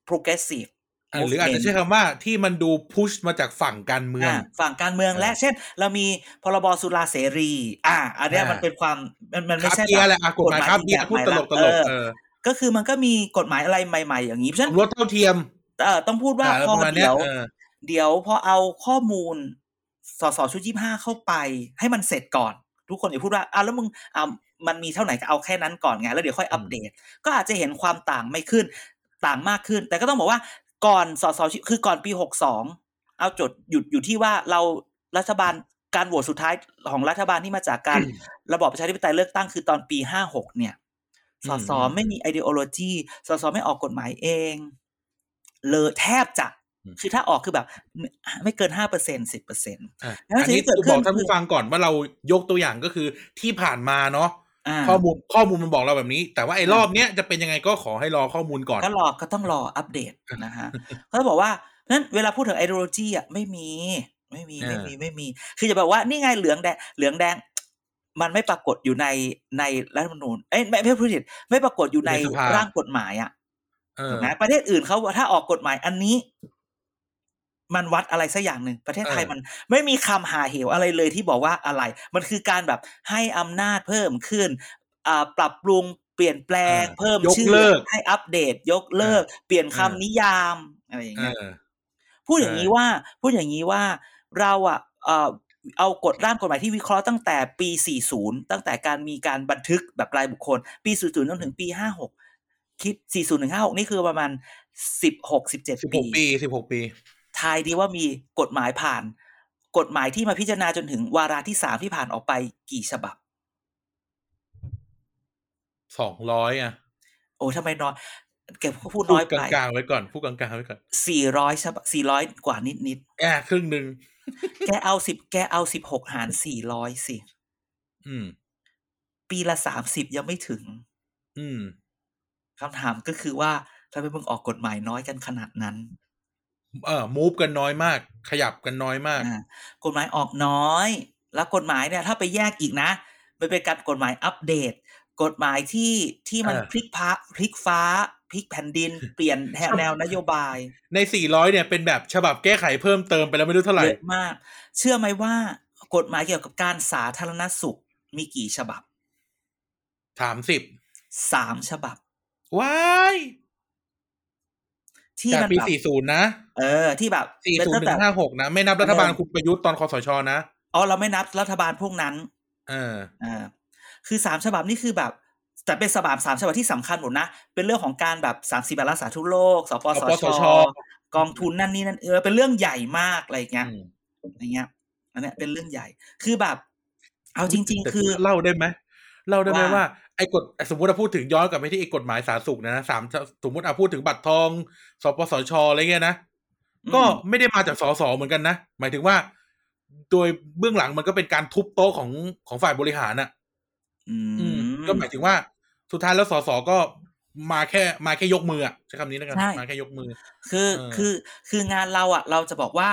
progressive
อ่ะหรืออาจจะใช้คำว่าที่มันดูพุชมาจากฝั่งการเมือง
อ่ะฝั่งการเมืองและ
เออ
เช่น เรามีพรบสุราเสรี อ่ะอันเนี้ย
อ่ามั
มันเป็นความมันมัน
ครั
ไม่
บ
ใช่
เบียร์แห
แบบ
ละอ่ะกฎหมายครับเบียร์พูดตลกตลก
เออ
เออ
ก็คือมันก็มีกฎหมายอะไรใหม่ ๆ อย่างนี้เพราะฉะ
ส
นั้
ม
น
รสเท่าเทียม
เอ่อต้องพูดว่า
อ่ะป
พอ
ระมาณเนี้ย
เดี๋ยว
เออ
เดี๋ยวพอเอาข้อมูลสสชุดยี่ห้าเข้าไป ให้มันเสร็จก่อน ทุกคนอย่าพูดว่าอ้าวแล้วมึงอ่ามันมีเท่าไหร่ก็เอาแค่นั้นก่อนไงแล้วเดี๋ยวค่อย
อืม
อัปเดต ก็อาจจะเห็นความต่างไม่ขึ้นต่างมากขึ้น แต่ก็ต้องบอกว่าก่อนสสคือก่อนปีหกสองเอาจดหยุดอยู่ที่ว่าเรารัฐบาลการโหวตสุดท้ายของรัฐบาลที่มาจากการ ระบอบประชาธิปไตยเลือกตั้งคือตอนปีห้าหกเนี่ย ส
อืม
สไม่มี ideology สสไม่ออกกฎหมายเอง เลยแทบจะ คือถ้าออกคือแบบ ไม่เกินห้าเปอร์เซ็นสิบเปอร์เซ็น
อ่ะ
แล้ว
อันนี้
สิ่งที่เกิด
จะบอก
ขึ้น
ท่านผู้ฟังก่อนว่าเรายกตัวอย่างก็คือที่ผ่านมาเนาะ
อ่า
ข้อมูลข้อมูลมันบอกเราแบบนี้ แต่ว่าไอ้รอบเนี้ยจะเป็นยังไงก็ขอให้รอข้อมูลก่อน
ก็รอก็ต้องรออัปเดตนะ ฮะ เขาจะบอกว่านั้นเวลาพูดถึง ideology อ่ะไม่มี ไม่มี ไม่มี ไม่มี คือจะแบบว่านี่ไงเหลืองแดงเหลืองแดง มันไม่ปรากฏอยู่ในในรัฐธรรมนูญเอ้ยไม่ไม่พูดผิดไม่ปรากฏอยู่
ใน
ใน
สภา
ร่างกฎหมายอ่ะ
เออ
ถูกไหมประเทศอื่นเขาถ้าออกกฎหมายอันนี้ มันวัดอะไรสักอย่างหนึ่งประเทศไทย
เออ
มันไม่มีคำหาเหวอะไรเลยที่บอกว่าอะไร มันคือการแบบให้อำนาจเพิ่มขึ้นอ่าปรับปรุงเปลี่ยนแปลง เพิ่มชื่อให้อัปเดต ยกเลิก เปลี่ยนคำนิยามอะไรอย่าง
เอ
เงี้ย
อ
พูดอย่างนี้ว่าพูดอย่างนี้ว่าเราอ่ะเอ่อเอากฎร่างกฎหมายที่วิเคราะห์ตั้งแต่ปี 40 ตั้งแต่การมีการบันทึกแบบรายบุคคล ปี 40จนถึงปี 56 คิด 40ถึง56 นี่คือประมาณ 16
สิบ
17
ห
ปี
กปีสิบหกปี
ทายดีว่ามีกฎหมายผ่าน กฎหมายที่มาพิจารณาจนถึงวาระที่ 3 ที่ผ่านออกไปกี่ฉบับ
สองร้อยอ่ะ
โอ้ทำไมน้อยเก็บพูด
พูด
น้อย
ก
ไป
ลางๆไว้ก่อนพูดกลางๆไว้ก่อน
400ฉบับ400 กว่านิด
แอะครึ่งหนึ่ง
ๆ แกเอา 10 แกเอา 16 หาร 400 สิ
อืม
ปีละ 30 ยังไม่ถึง
อืม
คำถามก็คือว่าทำไมมึงออกกฎหมายน้อยกันขนาดนั้น
เออมูฟกันน้อยมาก ขยับกันน้อยมาก
อ่ากฎหมายออกน้อย แล้วกฎหมายเนี่ย ถ้าไปแยกอีกนะมันเป็นการกฎหมายอัปเดต กฎหมายที่ที่มัน
เออ
พลิกพระพลิกฟ้าพลิกแผ่นดิน เปลี่ยนแนวแนวนโยบาย
ในสี่ร้อยเนี่ยเป็นแบบฉบับแก้ไขเพิ่มเติมไปแล้วไม่รู้เท่าไหร่
เยอะมาก เชื่อไหมว่ากฎหมายเกี่ยวกับการสาธารณสุขมีกี่ฉบับ
สามสิบ
สามฉบับ
ว้าย
ที่
จาก
มัน
ปี
แบบ
สี่ศูนย์นะ
เออ ที่แบบ
สี่
เป็น
ศูน
ตั้
ย์ถึ
งแต่
งห้าหกนะ ไม่นับรัฐบาลคุณประยุทธ์ตอนคอสชนะ
อ๋อเราไม่นับรัฐบาลพวกนั้น
เออ
อ่าคือสามฉบับนี่คือแบบแต่เป็นฉบับสามฉบับที่สำคัญหมดนะ เป็นเรื่องของการแบบสามสิบรักษาทุกโลกสปส
ปส
ช
ช
กองทุนนั่นนี่นั่นเออเป็นเรื่องใหญ่มากอะไรอย่างเงี้ย
อืม
อย่างเงี้ยอันเนี้ยเป็นเรื่องใหญ่คือแบบ เอาจริง
แต่
ๆ คือ
เล่าได้ไหมเล่าได้ไหม
ว่า
ว่าไอ้กฎสมมติเราพูดถึงย้อนกลับไปที่ไอ้กฎหมายสาธารณสุขนะสามสมมติเอาพูดถึงบัตรทองสปสชอะไรเงี้ยนะ ก็
อืม
ไม่ได้มาจากสสเหมือนกันนะ หมายถึงว่า โดยเบื้องหลังมันก็เป็นการทุบโต๊ะของของฝ่ายบริหารน่ะ
อื
อืม
ม
ก็หมายถึงว่า สุดท้ายแล้วสสก็มาแค่มาแค่ยกมืออะใช้คำนี้แล้วกัน
ใช่
มาแค่ยกมือ
คือ
เออ
คือคืองานเราอ่ะ เราจะบอกว่า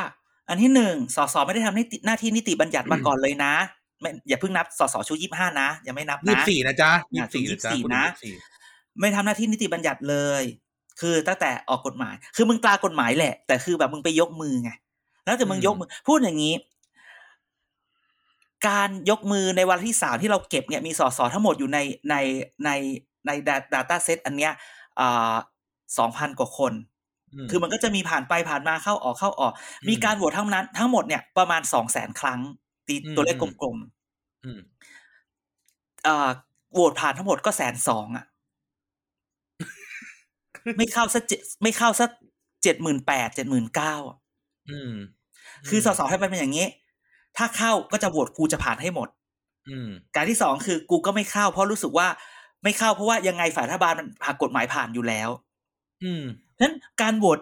อันที่หนึ่งสสไม่ได้ทำนิติหน้าที่นิติบัญญัติมาก่อนเลยนะไม่อย่าเพิ่งนับสสชุดยี่ห้านะอย่าไม่นับ
ยี่
นะ
สี่นะจ๊ะ
อ่ะ
ยี่สี่นะจ๊ะ
24
คุณ
นะ
24
ไม่ทำหน้าที่นิติบัญญัติเลย คือตั้งแต่ออกกฎหมาย คือมึงตรากฎหมายแหละ แต่คือแบบมึงไปยกมือไง แล้วแต่มึงยกมือ พูดอย่างนี้ การยกมือในวันที่สามที่เราเก็บเนี่ยมีสสทั้งหมดอยู่ในในในใน Data Set อันเนี้ยสองพันกว่าคน คือมันก็จะมีผ่านไปผ่านมาเข้าออกเข้าออก มีการโหวตทั้งนั้น ทั้งหมดเนี่ยประมาณสองแสนครั้ง ตี
อืม
ตัวเลขกลม
อืม
ๆเอ่อโหวตผ่านทั้งหมดก็แสนสองอ่ะ ไม่เข้าสักเจ็ดไม่เข้าสักเจ็ดหมื่นแปดเจ็ดหมื่นเก้า
อืม
คือสสให้มันเป็นอย่างนี้ ถ้าเข้าก็จะโหวตกูจะผ่านให้หมด
อืม
การที่สองคือกูก็ไม่เข้า เพราะรู้สึกว่าไม่เข้าเพราะว่ายังไงฝ่ายรัฐบาลมันผ่านกฎหมายผ่านอยู่แล้ว
อืม
ฉะนั้นการโหวต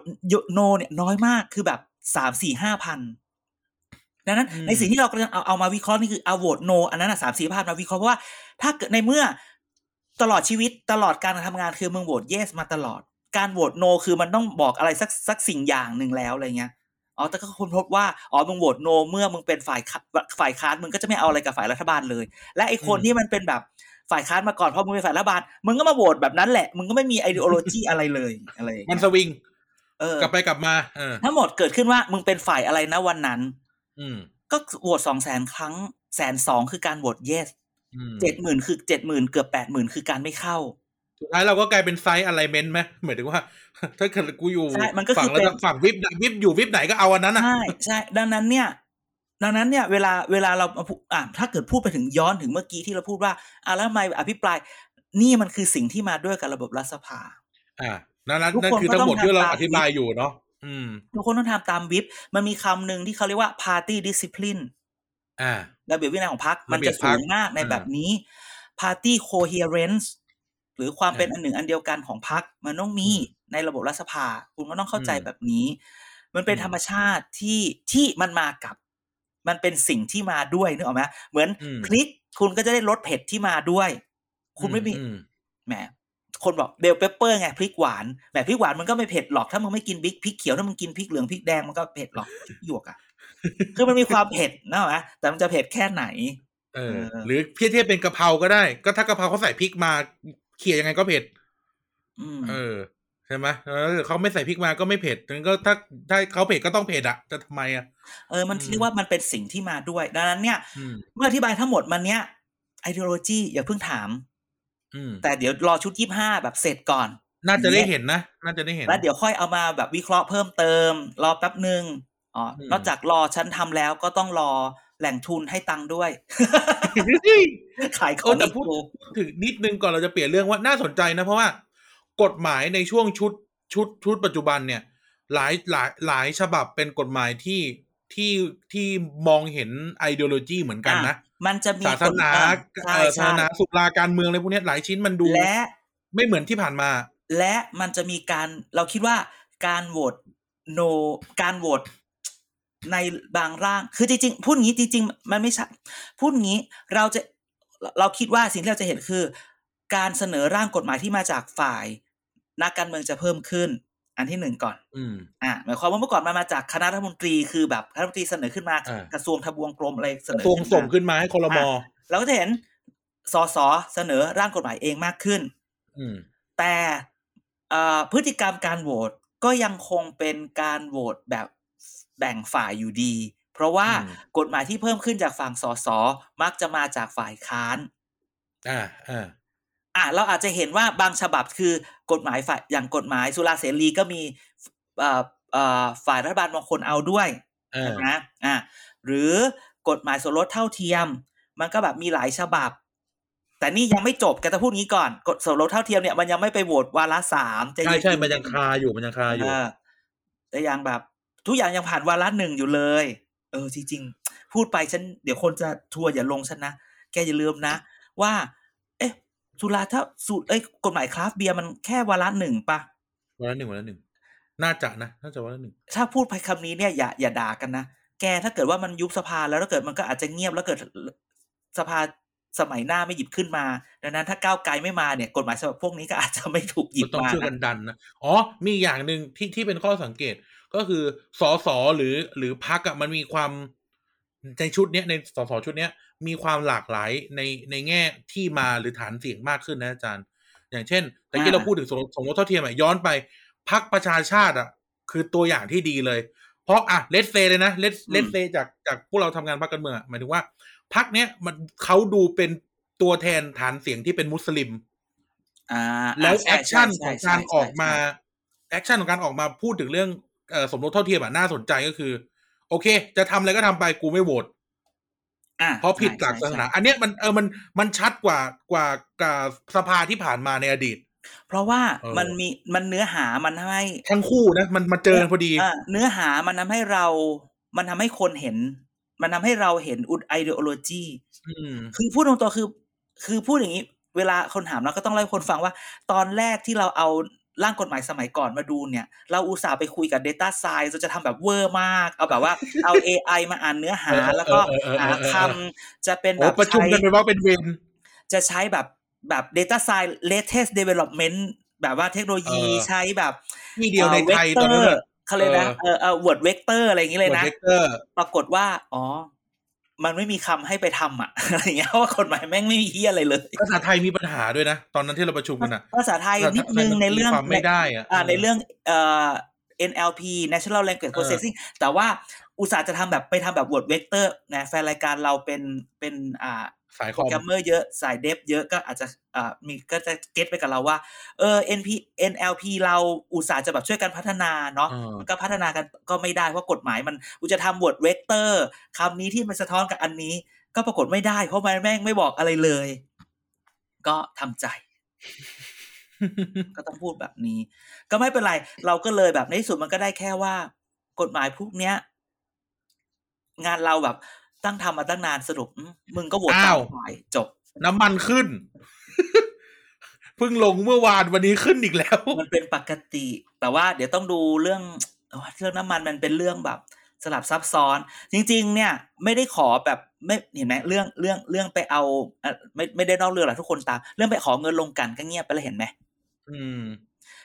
โนเนี่ยน้อยมากคือแบบสามสี่ห้าพันดังนั้นในสิ่งที่เรากำลังเอาเอามาวิเคราะห์นี่คือเอาโหวตโนอันนั้นสามสี่พันมาวิเคราะห์เพราะว่าถ้าเกิดในเมื่อตลอดชีวิตตลอดการทำงานคือมึงโหวตเยสมาตลอด การโหวตโนคือมันต้องบอกอะไรสักสักสิ่งอย่างหนึ่งแล้วอะไรเงี้ยอ๋อแต่ก็คนพบว่าอ๋อมึงโหวตโนเมื่อมึงเป็นฝ่ายค้าฝ่ายค้านมึงก็จะไม่เอาอะไรกับฝ่ายรัฐบาลเลย และไอ้คนที่มันเป็นแบบฝ่ายค้านมาก่อนเพราะมึงเป็นฝ่ายรัฐบาลมึงก็มาโหวตแบบนั้นแหละ มึงก็ไม่มีไอเดโอโลจีอะไรเลยอะไรอย่าง
มั
เงี้
น
ย
สวิง
เออก
ลับไปกลับมาเออ
ทั้งหมดเกิดขึ้นว่ามึงเป็นฝ่ายอะไรนะวันนั้น
อืม
ก็โหวตสองแสนครั้งแสนสองคือการโหวต yes
อืม
เจ็ดหมื่นคือเจ็ดหมื่นเกือบแปดหมื่นคือการไม่เข้า
สุดท้ายเราก็กลายเป็นไซส์อะไรเมนต์ไหมหมายถึง ว่า ถ้าเกิดกูอยู่
ใช่มันก็คือ
ฝั่งแล้ว
เป็น
ฝั่งวิบวิบอยู่วิบไหนก็เอาอันนั้นอ่ะ
ใช่ใช่ดังนั้นเนี่ย ดังนั้นเนี่ย เวลาเวลาเรามาพูอ่ะถ้าเกิดพูดไปถึงย้อนถึงเมื่อกี้ที่เราพูดว่าอ่ะแล้วทำไมอภิปรายนี่มันคือสิ่งที่มาด้วยกับระบบรัฐสภา
อ่านั่นนั่น
ทุกค
นั่
น
นคือทั้งหมด
ก็ต้อง
ที่เรา
ทำตาม
อธิบายอยู่เนาะอืม
ทุกคนต้องทำตามวิปมันมีคำหนึ่งที่เขาเรียกว่า party discipline
อ่า
ระเบียบวินัยของพรรคมันจะ
ระเบียบพร
สู
รค
งมากใน
อ่า
แบบนี้ party coherence หรือความ
อ่า
เป็นอันหนึ่งอันเดียวกันของพรรคมันต้องมีในระบบรัฐสภา คุณก็ต้องเข้าใจ
อืม
แบบนี้ มันเป็น
อืม
ธรรมชาติที่ที่มันมากับ มันเป็นสิ่งที่มาด้วยนึกออกไหมเหมือน
อืม
พริกคุณก็จะได้รสเผ็ดที่มาด้วย คุณไม่มี
อื
แหมคนบอกเบลเปเปอร์ไงพริกหวานแหมพริกหวานมันก็ไม่เผ็ดหรอกถ้ามึงไม่กินบิ๊กพริกเขียวถ้ามึงกินพริกเหลืองพริกแดงมันก็เผ็ดหรอกพริกหยวกอ่ะ คือมันมีความเผ็ดนะวะแต่มันจะเผ็ดแค่ไหน
เออ
เออ
หรือเทียบเทียบเป็นกะเพราก็ได้ ก็ถ้ากะเพราเขาใส่พริกมาเขี่ยยังไงก็เผ็ด
อืม
เออ ใช่ไหมแล้วเขาไม่ใส่พริกมาก็ไม่เผ็ดงั้นก็ถ้าถ้าเขาเผ็ดก็ต้องเผ็ดอะจะทำไมอะ
เออ มัน
อืม
เรียกว่ามันเป็นสิ่งที่มาด้วย ดังนั้นเนี่ย
อืม
เมื่ออธิบายทั้งหมดมันเนี่ยไอเดโลจีอย่าเพิ่งถาม
อืม
แต่เดี๋ยวรอชุดยี่ห้าแบบเสร็จก่อน
น่าจะได้เห็นนะ น่าจะได้เห็น
แล้วเดี๋ยวค่อยเอามาแบบวิเคราะห์เพิ่มเติม รอแป๊บหนึ่งอ๋ออ
ม
นอกจากรอฉันทำแล้วก็ต้องรอแหล่งทุนให้ตังค์ด้วย ขายขอ
โอ้
ง
แต่
อีก
พูด
กู
พูดถึงนิดนึงก่อนเราจะเปลี่ยนเรื่องว่าน่าสนใจนะ เพราะว่า กฎหมายในช่วงชุดชุดชุดปัจจุบันเนี่ย หลายหลายหลายฉบับเป็นกฎหมายที่ที่ที่มองเห็นไอเดโลจีเหมือนกันนะ
อ่มันจะมี
ศาสนา
คอ่
เอ่อศา
ใช่
ส
ใช่
นาสุราการเมืองอะไรพวกเนี้ยหลายชิ้นมันดู
และ
ไม่เหมือนที่ผ่านมา
และมันจะมีการเราคิดว่าการโหวตโนการโหวตในบางร่าง คือจริงๆพูดงี้จริงๆ มันไม่ใช่พูดงี้เราจะเราคิดว่าสิ่งที่เราจะเห็นคือ การเสนอร่างกฎหมายที่มาจากฝ่าย นักการเมืองจะเพิ่มขึ้น อันที่หนึ่งก่อน
อืม
อ่าหมายความว่าเมื่อก่อนมันมาจากคณะรัฐมนตรีคือแบบคณะรัฐมนตรีเสนอขึ้นมา
อ่าก
ระทรวงทบวงกรมอะไรเสน
ก
อ
ระทรวง
ขึ้นมา
ส่งขึ้นมาให้คอรมอ
อ่ะ เราก็จะเห็นสสเสนอร่างกฎหมายเองมากขึ้น
อืม
แต่เอ่อพฤติกรรมการโหวตก็ยังคงเป็นการโหวตแบบแบ่งฝ่ายอยู่ดี เพราะว่า
อืม
กฎหมายที่เพิ่มขึ้นจากฝั่งสสมักจะมาจากฝ่ายค้าน
อ่าอ่า
อ่ะเราอาจจะเห็นว่าบางฉบับคือกฎหมายฝ่ายอย่างกฎหมายสุราเสรีก็มีเอ่อเอ่อฝ่ายรัฐบาลบางคนเอาด้วย
อ่า
นะอ่าหรือกฎหมายสมรสเท่าเทียม มันก็แบบมีหลายฉบับ แต่นี่ยังไม่จบแกจะพูดงี้ก่อนกฎสมรสเท่าเทียมเนี่ยมันยังไม่ไปโหวตวาระสามจะ
ใช่ใช่มันยังคาอยู่มันยังคาอยู่
เออแต่ยังแบบ ทุกอย่างยังผ่านวาระหนึ่งอยู่เลย เออจริงๆพูดไปฉัน เดี๋ยวคนจะทัวร์อย่าลงฉันนะ แกอย่าลืมนะ ว่า เอ๊ะสุราถ้าสูตรเอ้ยกฎหมายคราฟต์เบียร์มันแค่วาระหนึ่งปะ
วันละหนึ่งวันละหนึ่ง น่าจะนะ น่าจะวันละหนึ่ง
ถ้าพูดไปคำนี้เนี่ยอย่าอย่าด่ากันนะ แกถ้าเกิดว่ามันยุบสภาแล้วถ้าเกิดมันก็อาจจะเงียบแล้วเกิดสภาสมัยหน้าไม่หยิบขึ้นมา ดังนั้นถ้าก้าวไกลไม่มาเนี่ยกฎหมายฉบับพวกนี้ก็อาจจะไม่ถูกหยิบ
ต้อง
มา
ช่วยกั
นะ
นดันนะ อ๋อ มีอย่างหนึ่งที่ที่เป็นข้อสังเกตก็คือสอสอหรือหรือพักอะมันมีความในชุดเนี้ยในสอสอชุดเนี้ยมีความหลากหลายในในแง่ที่มาหรือฐานเสียงมากขึ้นนะอาจารย์ อย่างเช่นแต่ที่เราพูดถึงสมรสสมรสเท่าเทียมอะย้อนไปพักประชาชาติอะคือตัวอย่างที่ดีเลย เพราะอะเลสเซเลยนะเลสเลสเซจากจากพวกเราทำงานพักการเมืองอะหมายถึงว่า พักเนี้ยมันเขาดูเป็นตัวแทนฐานเสียงที่เป็นมุสลิม
อ่า
แล้วแอ
ใช่
คชั่นข
ใช่
อง
ใช่
การ
ใช่
ออกมาแอคชั่นของการออกมาพูดถึงเรื่องเอ่อสมรสเท่าเทียมอ่ะน่าสนใจก็คือ โอเค จะทำอะไรก็ทำไปกูไม่โหวต
อ่
เพราะผิดหลักศาสนา
ใช่ใช่
อันเนี้ยมันเออมันมันชัดกว่ากว่ากว่าสภาที่ผ่านมาในอดีต
เพราะว่า
เออ
มันมีมันเนื้อหามันทำให้
ทั้งคู่นะมันมาเจอกันพอดี
อ่าเนื้อหามันทำให้เรา มันทำให้คนเห็น มันทำให้เราเห็นอุดไอเดโอโลจี
อืม
คือพูดตรงๆคือ คือพูดอย่างนี้ เวลาคนถามเราก็ต้องเล่าให้คนฟังว่า ตอนแรกที่เราเอาร่างกฎหมายสมัยก่อนมาดูเนี่ย เราอุตส่าห์ไปคุยกับ Data s c i e n c e เราจะทำแบบเวอร์มาก เอาแบบว่า เอา AI มาอ่านเนื้อหา
เออเออ
แล้วก็
เออเออเออ
หาคำจะเป็นแบ
โอ้
บ
ประชุม
ใช้
กันไปว่าเป็นเวร
จะใช้แบบแบบ Data s c i e n c e latest development แบบว่าเทคโนโลยี
เออ
ใช้แบบ
ที่เดียวในไทยตอนนั้น
เว
เลย
กเตอร์เขาเลยนะเออเออ word vector อะไรอย่างนี้เลยนะ
เวกเตอร์
ปรากฏว่า อ๋อ มันไม่มีคำให้ไปทำอ่ะ อะไรอย่างเงี้ยเพราะว่ากฎหมายแม่งไม่มีเฮียอะไรเลย
ภาษาไทยมีปัญหาด้วยนะ ตอนนั้นที่เราประชุมกันอ่ะ
ภาษาไทยนิดนึงในเรื่อง
ความไม่ได้อ่ะ
อ่าในเรื่องเอ่อ NLP Natural Language
เออ
Processing แต่ว่าอุตสาห์จะทำแบบไปทำแบบ word vector นะแฟนรายการเราเป็นเป็นอ่า
สายค
โปร
อม
แกรมเมอร์เยอะสายเดฟเยอะก็อาจจะอ่ามีก็จะเก็ตไปกับเราว่า เออ NP NLP เราอุตสาห์จะแบบช่วยกันพัฒนาเนาะ
เออ
มันก็พัฒนากันก็ไม่ได้เพราะกฎหมายมันกูจะทำบทเวกเตอร์คำนี้ที่มันสะท้อนกับอันนี้ ก็ปรากฏไม่ได้ เพราะมันแม่งไม่บอกอะไรเลย ก็ทำใจ ก็ต้องพูดแบบนี้ ก็ไม่เป็นไร เราก็เลยแบบในที่สุดมันก็ได้แค่ว่า กฎหมายพวกเนี้ย งานเราแบบตั้งทำมาตั้งนานสรุปอืมมึงก็โหวตตา
อ้าม ว
ฝ่ายจบ
น้ำมันขึ้น เพิ่งลงเมื่อวานวันนี้ขึ้นอีกแล้ว
มันเป็นปกติ แต่ว่าเดี๋ยวต้องดูเรื่องเอ่อเรื่องน้ำมันมันเป็นเรื่องแบบสลับซับซ้อน จริง ๆ เนี่ย ไม่ได้ขอแบบไม่เห็นไหมเรื่องเรื่องเรื่องไปเอาเอ่อไม่ไม่ได้นอกเรื่องหรอกทุกคนตาม เรื่องไปขอเงินลงกันก็เงียบไปแล้วเห็นไหม
อืม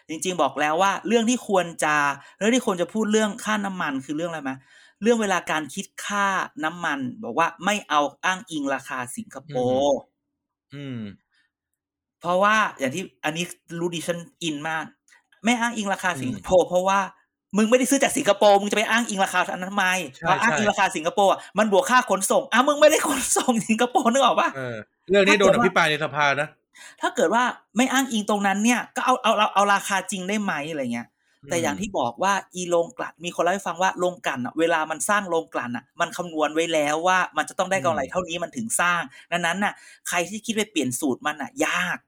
จริง ๆ บอกแล้วว่าเรื่องที่ควรจะเรื่องที่ควรจะพูดเรื่องค่าน้ำมันคือเรื่องอะไรไหมเรื่องเวลาการคิดค่าน้ำมัน บอกว่าไม่เอาอ้างอิงราคาสิงคโปร์
อืม
เพราะว่าอย่างที่อันนี้รู้ดิฉันอินมาก ไม่อ้างอิงราคา
อืม
สิงคโปร์เพราะว่ามึงไม่ได้ซื้อจากสิงคโปร์มึงจะไปอ้างอิงราคาอันนั้นทำไม
ใช่
เพราะอ้าง
ใช่
อิงราคาสิงคโปร์อะมันบวกค่าขนส่งอ้าวมึงไม่ได้ขนส่งสิงคโปร์นึกออกปะ
เออ เรื่องนี้โดน
ถ้า
อ
เกิดว่า
ภิปรายในสภานะ
ถ้าเกิดว่าไม่อ้างอิงตรงนั้นเนี่ยก็เอาเอาเอาเอาราคาจริงได้ไหมอะไรเงี้ย แต่อย่างที่บอกว่าอีโรงกลั่นมีคนเล่าให้ฟังว่าโรงกลั่นอะเวลามันสร้างโรงกลั่นอะมันคำนวณไว้แล้วว่ามันจะต้องได้กำไรเท่านี้มันถึงสร้างดังนั้นน่ะ ใครที่คิดไปเปลี่ยนสูตรมันอะยาก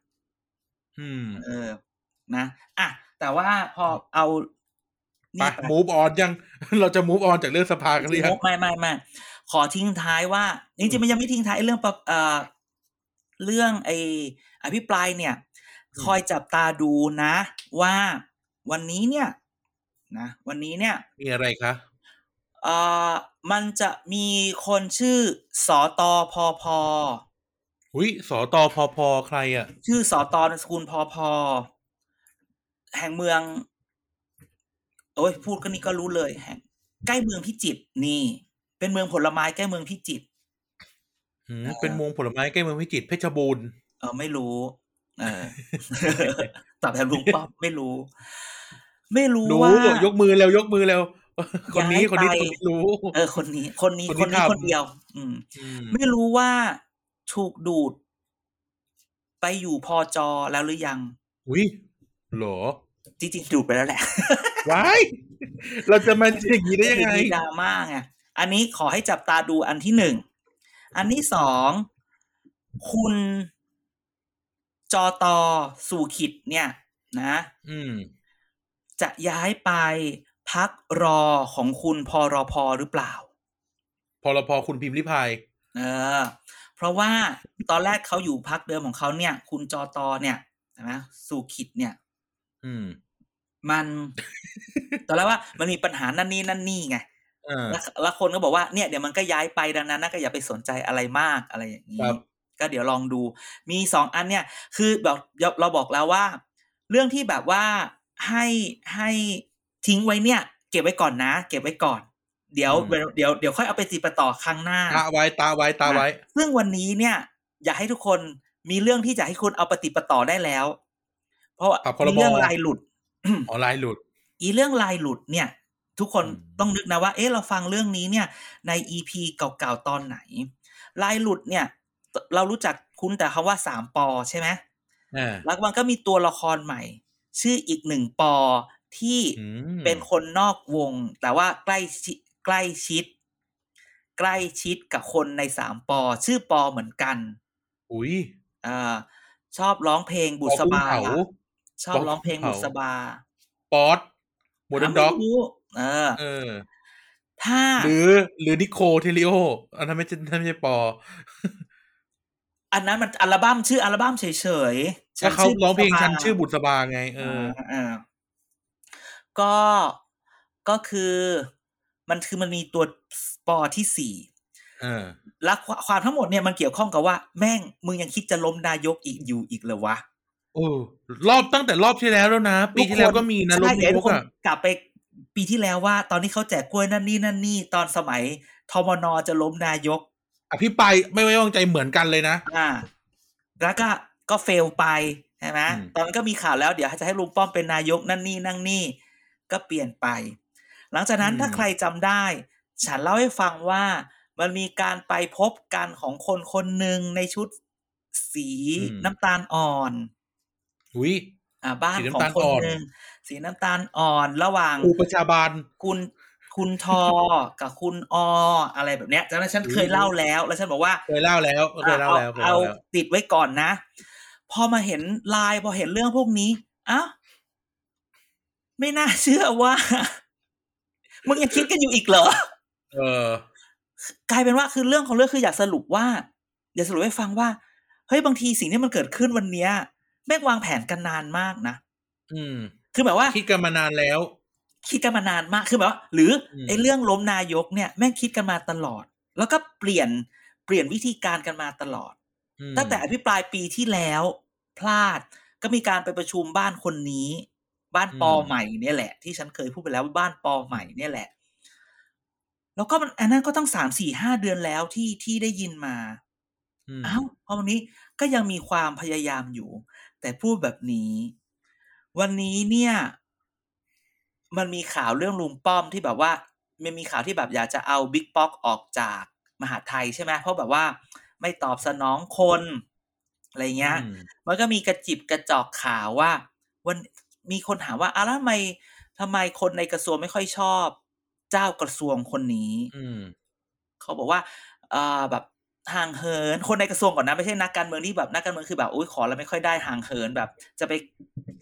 อืม
เออ นะ อ่ะ แต่ว่าพอเอา
ไป
นี่ไป
move on ยัง เราจะ move on จากเรื่องสภากันหรือยัง
ไม่ไม่ไม่ขอทิ้งท้ายว่าจริงๆมันยังไม่ทิ้งท้ายไอ้เรื่องปรับเอ่อเรื่องไอ้อภิปรายเนี่ย คอยจับตาดูนะ ว่าวันนี้เนี่ย นะวันนี้เนี่ย
มีอะไรคะ
เอ่อมันจะมีคนชื่อสอตอพอพอ
อุ้ยสอตอพอพอใครอ่ะ
ชื่อสอตอนามสกุลพอพอ แห่งเมือง โอ้ยพูดก็นี่ก็รู้เลย แห่ง ใกล้เมืองพิจิตรนี่ เป็นเมืองผลไม้ใกล้เมืองพิจิตร
อืม
เอ่อ
เป็นมงผลไม้ใกล้เมืองพิจิตรเพชรบูรณ์
เออไม่รู้ เออ ตอบแทนลุงป้อมไม่รู้ ไม่รู้
รู้
ว่า
ยกมือแล้วยกมือแล้ว คนนี้
ย้าย
คนนี้
ไป
คนนี้รู้
เออคนนี้ คนนี้
คน
คน
ที่
นี้
ทำ
คนเดียว อืม
ม
ไม่รู้ว่าถูกดูด ไปอยู่พอจอแล้วหรือยัง
อุ้ยเหรอ
จริงๆดูดไปแล้วแหละ
ว้าย เราจะมาอย่างนี้ได้ยังไง
มีดราม่าไง อันนี้ขอให้จับตาดูอันที่หนึ่ง อันที่สอง คุณจอตอสู่ขิดเนี่ย นะ
อืม
จะย้ายไปพักรอของคุณพอรอพอหรือเปล่า
พอรพอคุณพิมพ์ริพาย
เออ เพราะว่าตอนแรกเขาอยู่พักเดิมของเขาเนี่ย คุณจอตอเนี่ยนะสู่ขิดเนี่ย
อืม
มัน ตอนแรกว่ามันมีปัญหานั่นนี่นั่นนี่ไง
เออ
แล้วแล้วคนก็บอกว่าเนี่ยเดี๋ยวมันก็ย้ายไปดังนั้นนะก็อย่าไปสนใจอะไรมากอะไรอย่าง
ครั
นี้
บ
ก็เดี๋ยวลองดู มีสองอันเนี่ย คือแบบเราบอกแล้วว่า เรื่องที่แบบว่าให้ให้ทิ้งไว้เนี่ย เก็บไว้ก่อนนะ เก็บไว้ก่อน เดี๋ยวเดี๋ยวเดี๋ยวค่อยเอาไปตีประต่อครั้งหน้า
ตาไว้ตาไว้ตาไว้
ซึ่งวันนี้เนี่ย อยากให้ทุกคนมีเรื่องที่จะให้คุณเอาปฏิดประต่อได้แล้ว เพราะว่า
ปรับพรบ
มีเรื่องลายหลุด
ออนไลน์หลุด
อีเรื่องลายหลุดเนี่ย ทุกคน
อืม
ต้องนึกนะว่า เอ๊ะเราฟังเรื่องนี้เนี่ย ในอีพีเก่าๆตอนไหน ลายหลุดเนี่ย เรารู้จักคุ้นแต่คาว่าสามปอใช่ไหม
อ่า
แล้วมันก็มีตัวละครใหม่ ชื่ออีกหนึ่งปอที่
อืม
เป็นคนนอกวง แต่ว่าใกล้ชิดใกล้ชิด ใกล้ชิดกับคนในสามปอชื่อปอเหมือนกัน
อุ้ย
เอ่อชอบร้องเพลงบุษบา
ปอภูเข
ชอบร้องเพลง
ปอภูเขา
บุษบา
ป๊อตโมเดิร์นด็อก
ไม่รู้เออ
เออ
ถ้า
หรือหรือนิโคเทลิโออันนั้นไม่ใช่นั่นไม่ใช่ปอ
อันนั้นมันอัลบั้มชื่ออัลบั้มเฉยๆ
ถ้าเขา
ชื่
ร้องเพลง
บุษบา
ฉันชื่อบุษบาไง เออ
เออก็ก็คือมันคือมันมีตัวปอที่สี่
เออ
และความทั้งหมดเนี่ยมันเกี่ยวข้องกับว่า แม่งมึงยังคิดจะล้มนายกอีกอยู่อีกเหรอวะ
โอ้รอบตั้งแต่รอบที่แล้วแล้วนะ ปีที่แล้วก็มีนะ
ใช่
ลบ
เดี๋ยว
ย
ทุ
ก
กคน
อะ
กลับไปปีที่แล้วว่า ตอนนี้เขาแจกกล้วยนั่นนี่นั่นนี่ตอนสมัยทมนจะล้มนายก
อภิปรายไม่ไว้วางใจเหมือนกันเลยนะ
อ่า แล้วก็ก็เฟลไปใช่ไหม
อืม
ตอนนั้นก็มีข่าวแล้วเดี๋ยวจะให้ลุงป้อมเป็นนายกนั่นนี่นั่งนี่ ก็เปลี่ยนไป หลังจากนั้นถ้าใครจำได้ ฉันเล่าให้ฟังว่ามันมีการไปพบกันของคนคนหนึ่งในชุดสีน้ำตาลอ่อน
อุ้ย
อ่าบ้าน
สี
ขอ
น้ำ
ง
ตาล
คน
อ่อน
หนึ่งสีน้ำตาลอ่อนระหว่าง
ครูประชาบาล
คุณคุณทอ กับคุณออะไรแบบเนี้ยจำได้ฉันเคยเล่าแล้ว แล้วฉันบอกว่า
เคยเล่าแล้วเคยเล่าแล้วเคย
เอา
เล่าแล้ว
ติดไว้ก่อนนะ พอมาเห็นไลายพอเห็นเรื่องพวกนี้อ้าวไม่น่าเชื่อว่า มึงยังคิดกันอยู่อีกเหรอ
เออ
กลายเป็นว่าคือเรื่องของเรื่องคืออยากสรุปว่าอยากสรุปให้ฟังว่าเฮ้ยบางทีสิ่งที่มันเกิดขึ้นวันเนี้ยแม่งวางแผนกันนานมากนะ
อืม
คือแบบว่า
คิดกันมานานแล้ว
คิดกันมานานมาก คือแบบว่าหรืออ
ม
ไอ้เรื่องล้มนายกเนี่ยแม่งคิดกันมาตลอด แล้วก็เปลี่ยนเปลี่ยนวิธีการกันมาตลอด
อืม
ตั้งแต่อภิปรายปีที่แล้ว พลาดก็มีการไปประชุมบ้านคนนี้ บ้านปอใหม่เนี่ยแหละ ที่ฉันเคยพูดไปแล้วว่าบ้านปอใหม่เนี่ยแหละ แล้วก็มันอันนั้นก็ต้องสามสี่ห้าเดือนแล้วที่ที่ได้ยินมา
ม
อ้าวเพราะวันนี้ก็ยังมีความพยายามอยู่ แต่พูดแบบนี้ วันนี้เนี่ย มันมีข่าวเรื่องลุงป้อมที่แบบว่ามันมีข่าวที่แบบอยากจะเอาบิ๊กป๊อกออกจากมหาดไทยใช่ไหมเพราะแบบว่าไม่ตอบสนองคนอะไรเงี้ย
อืม
มันก็มีกระจิบกระจอกข่าวว่า วันมีคนถามว่าอ้าวแล้วทำไมทำไมคนในกระทรวงไม่ค่อยชอบ เจ้ากระทรวงคนนี้
อืม
เขาบอกว่าเอ่อแบบห่างเหิน คนในกระทรวงก่อนนะไม่ใช่นักการเมืองที่แบบนักการเมืองคือแบบอุ้ยขอแล้วไม่ค่อยได้ห่างเหินแบบ จะไป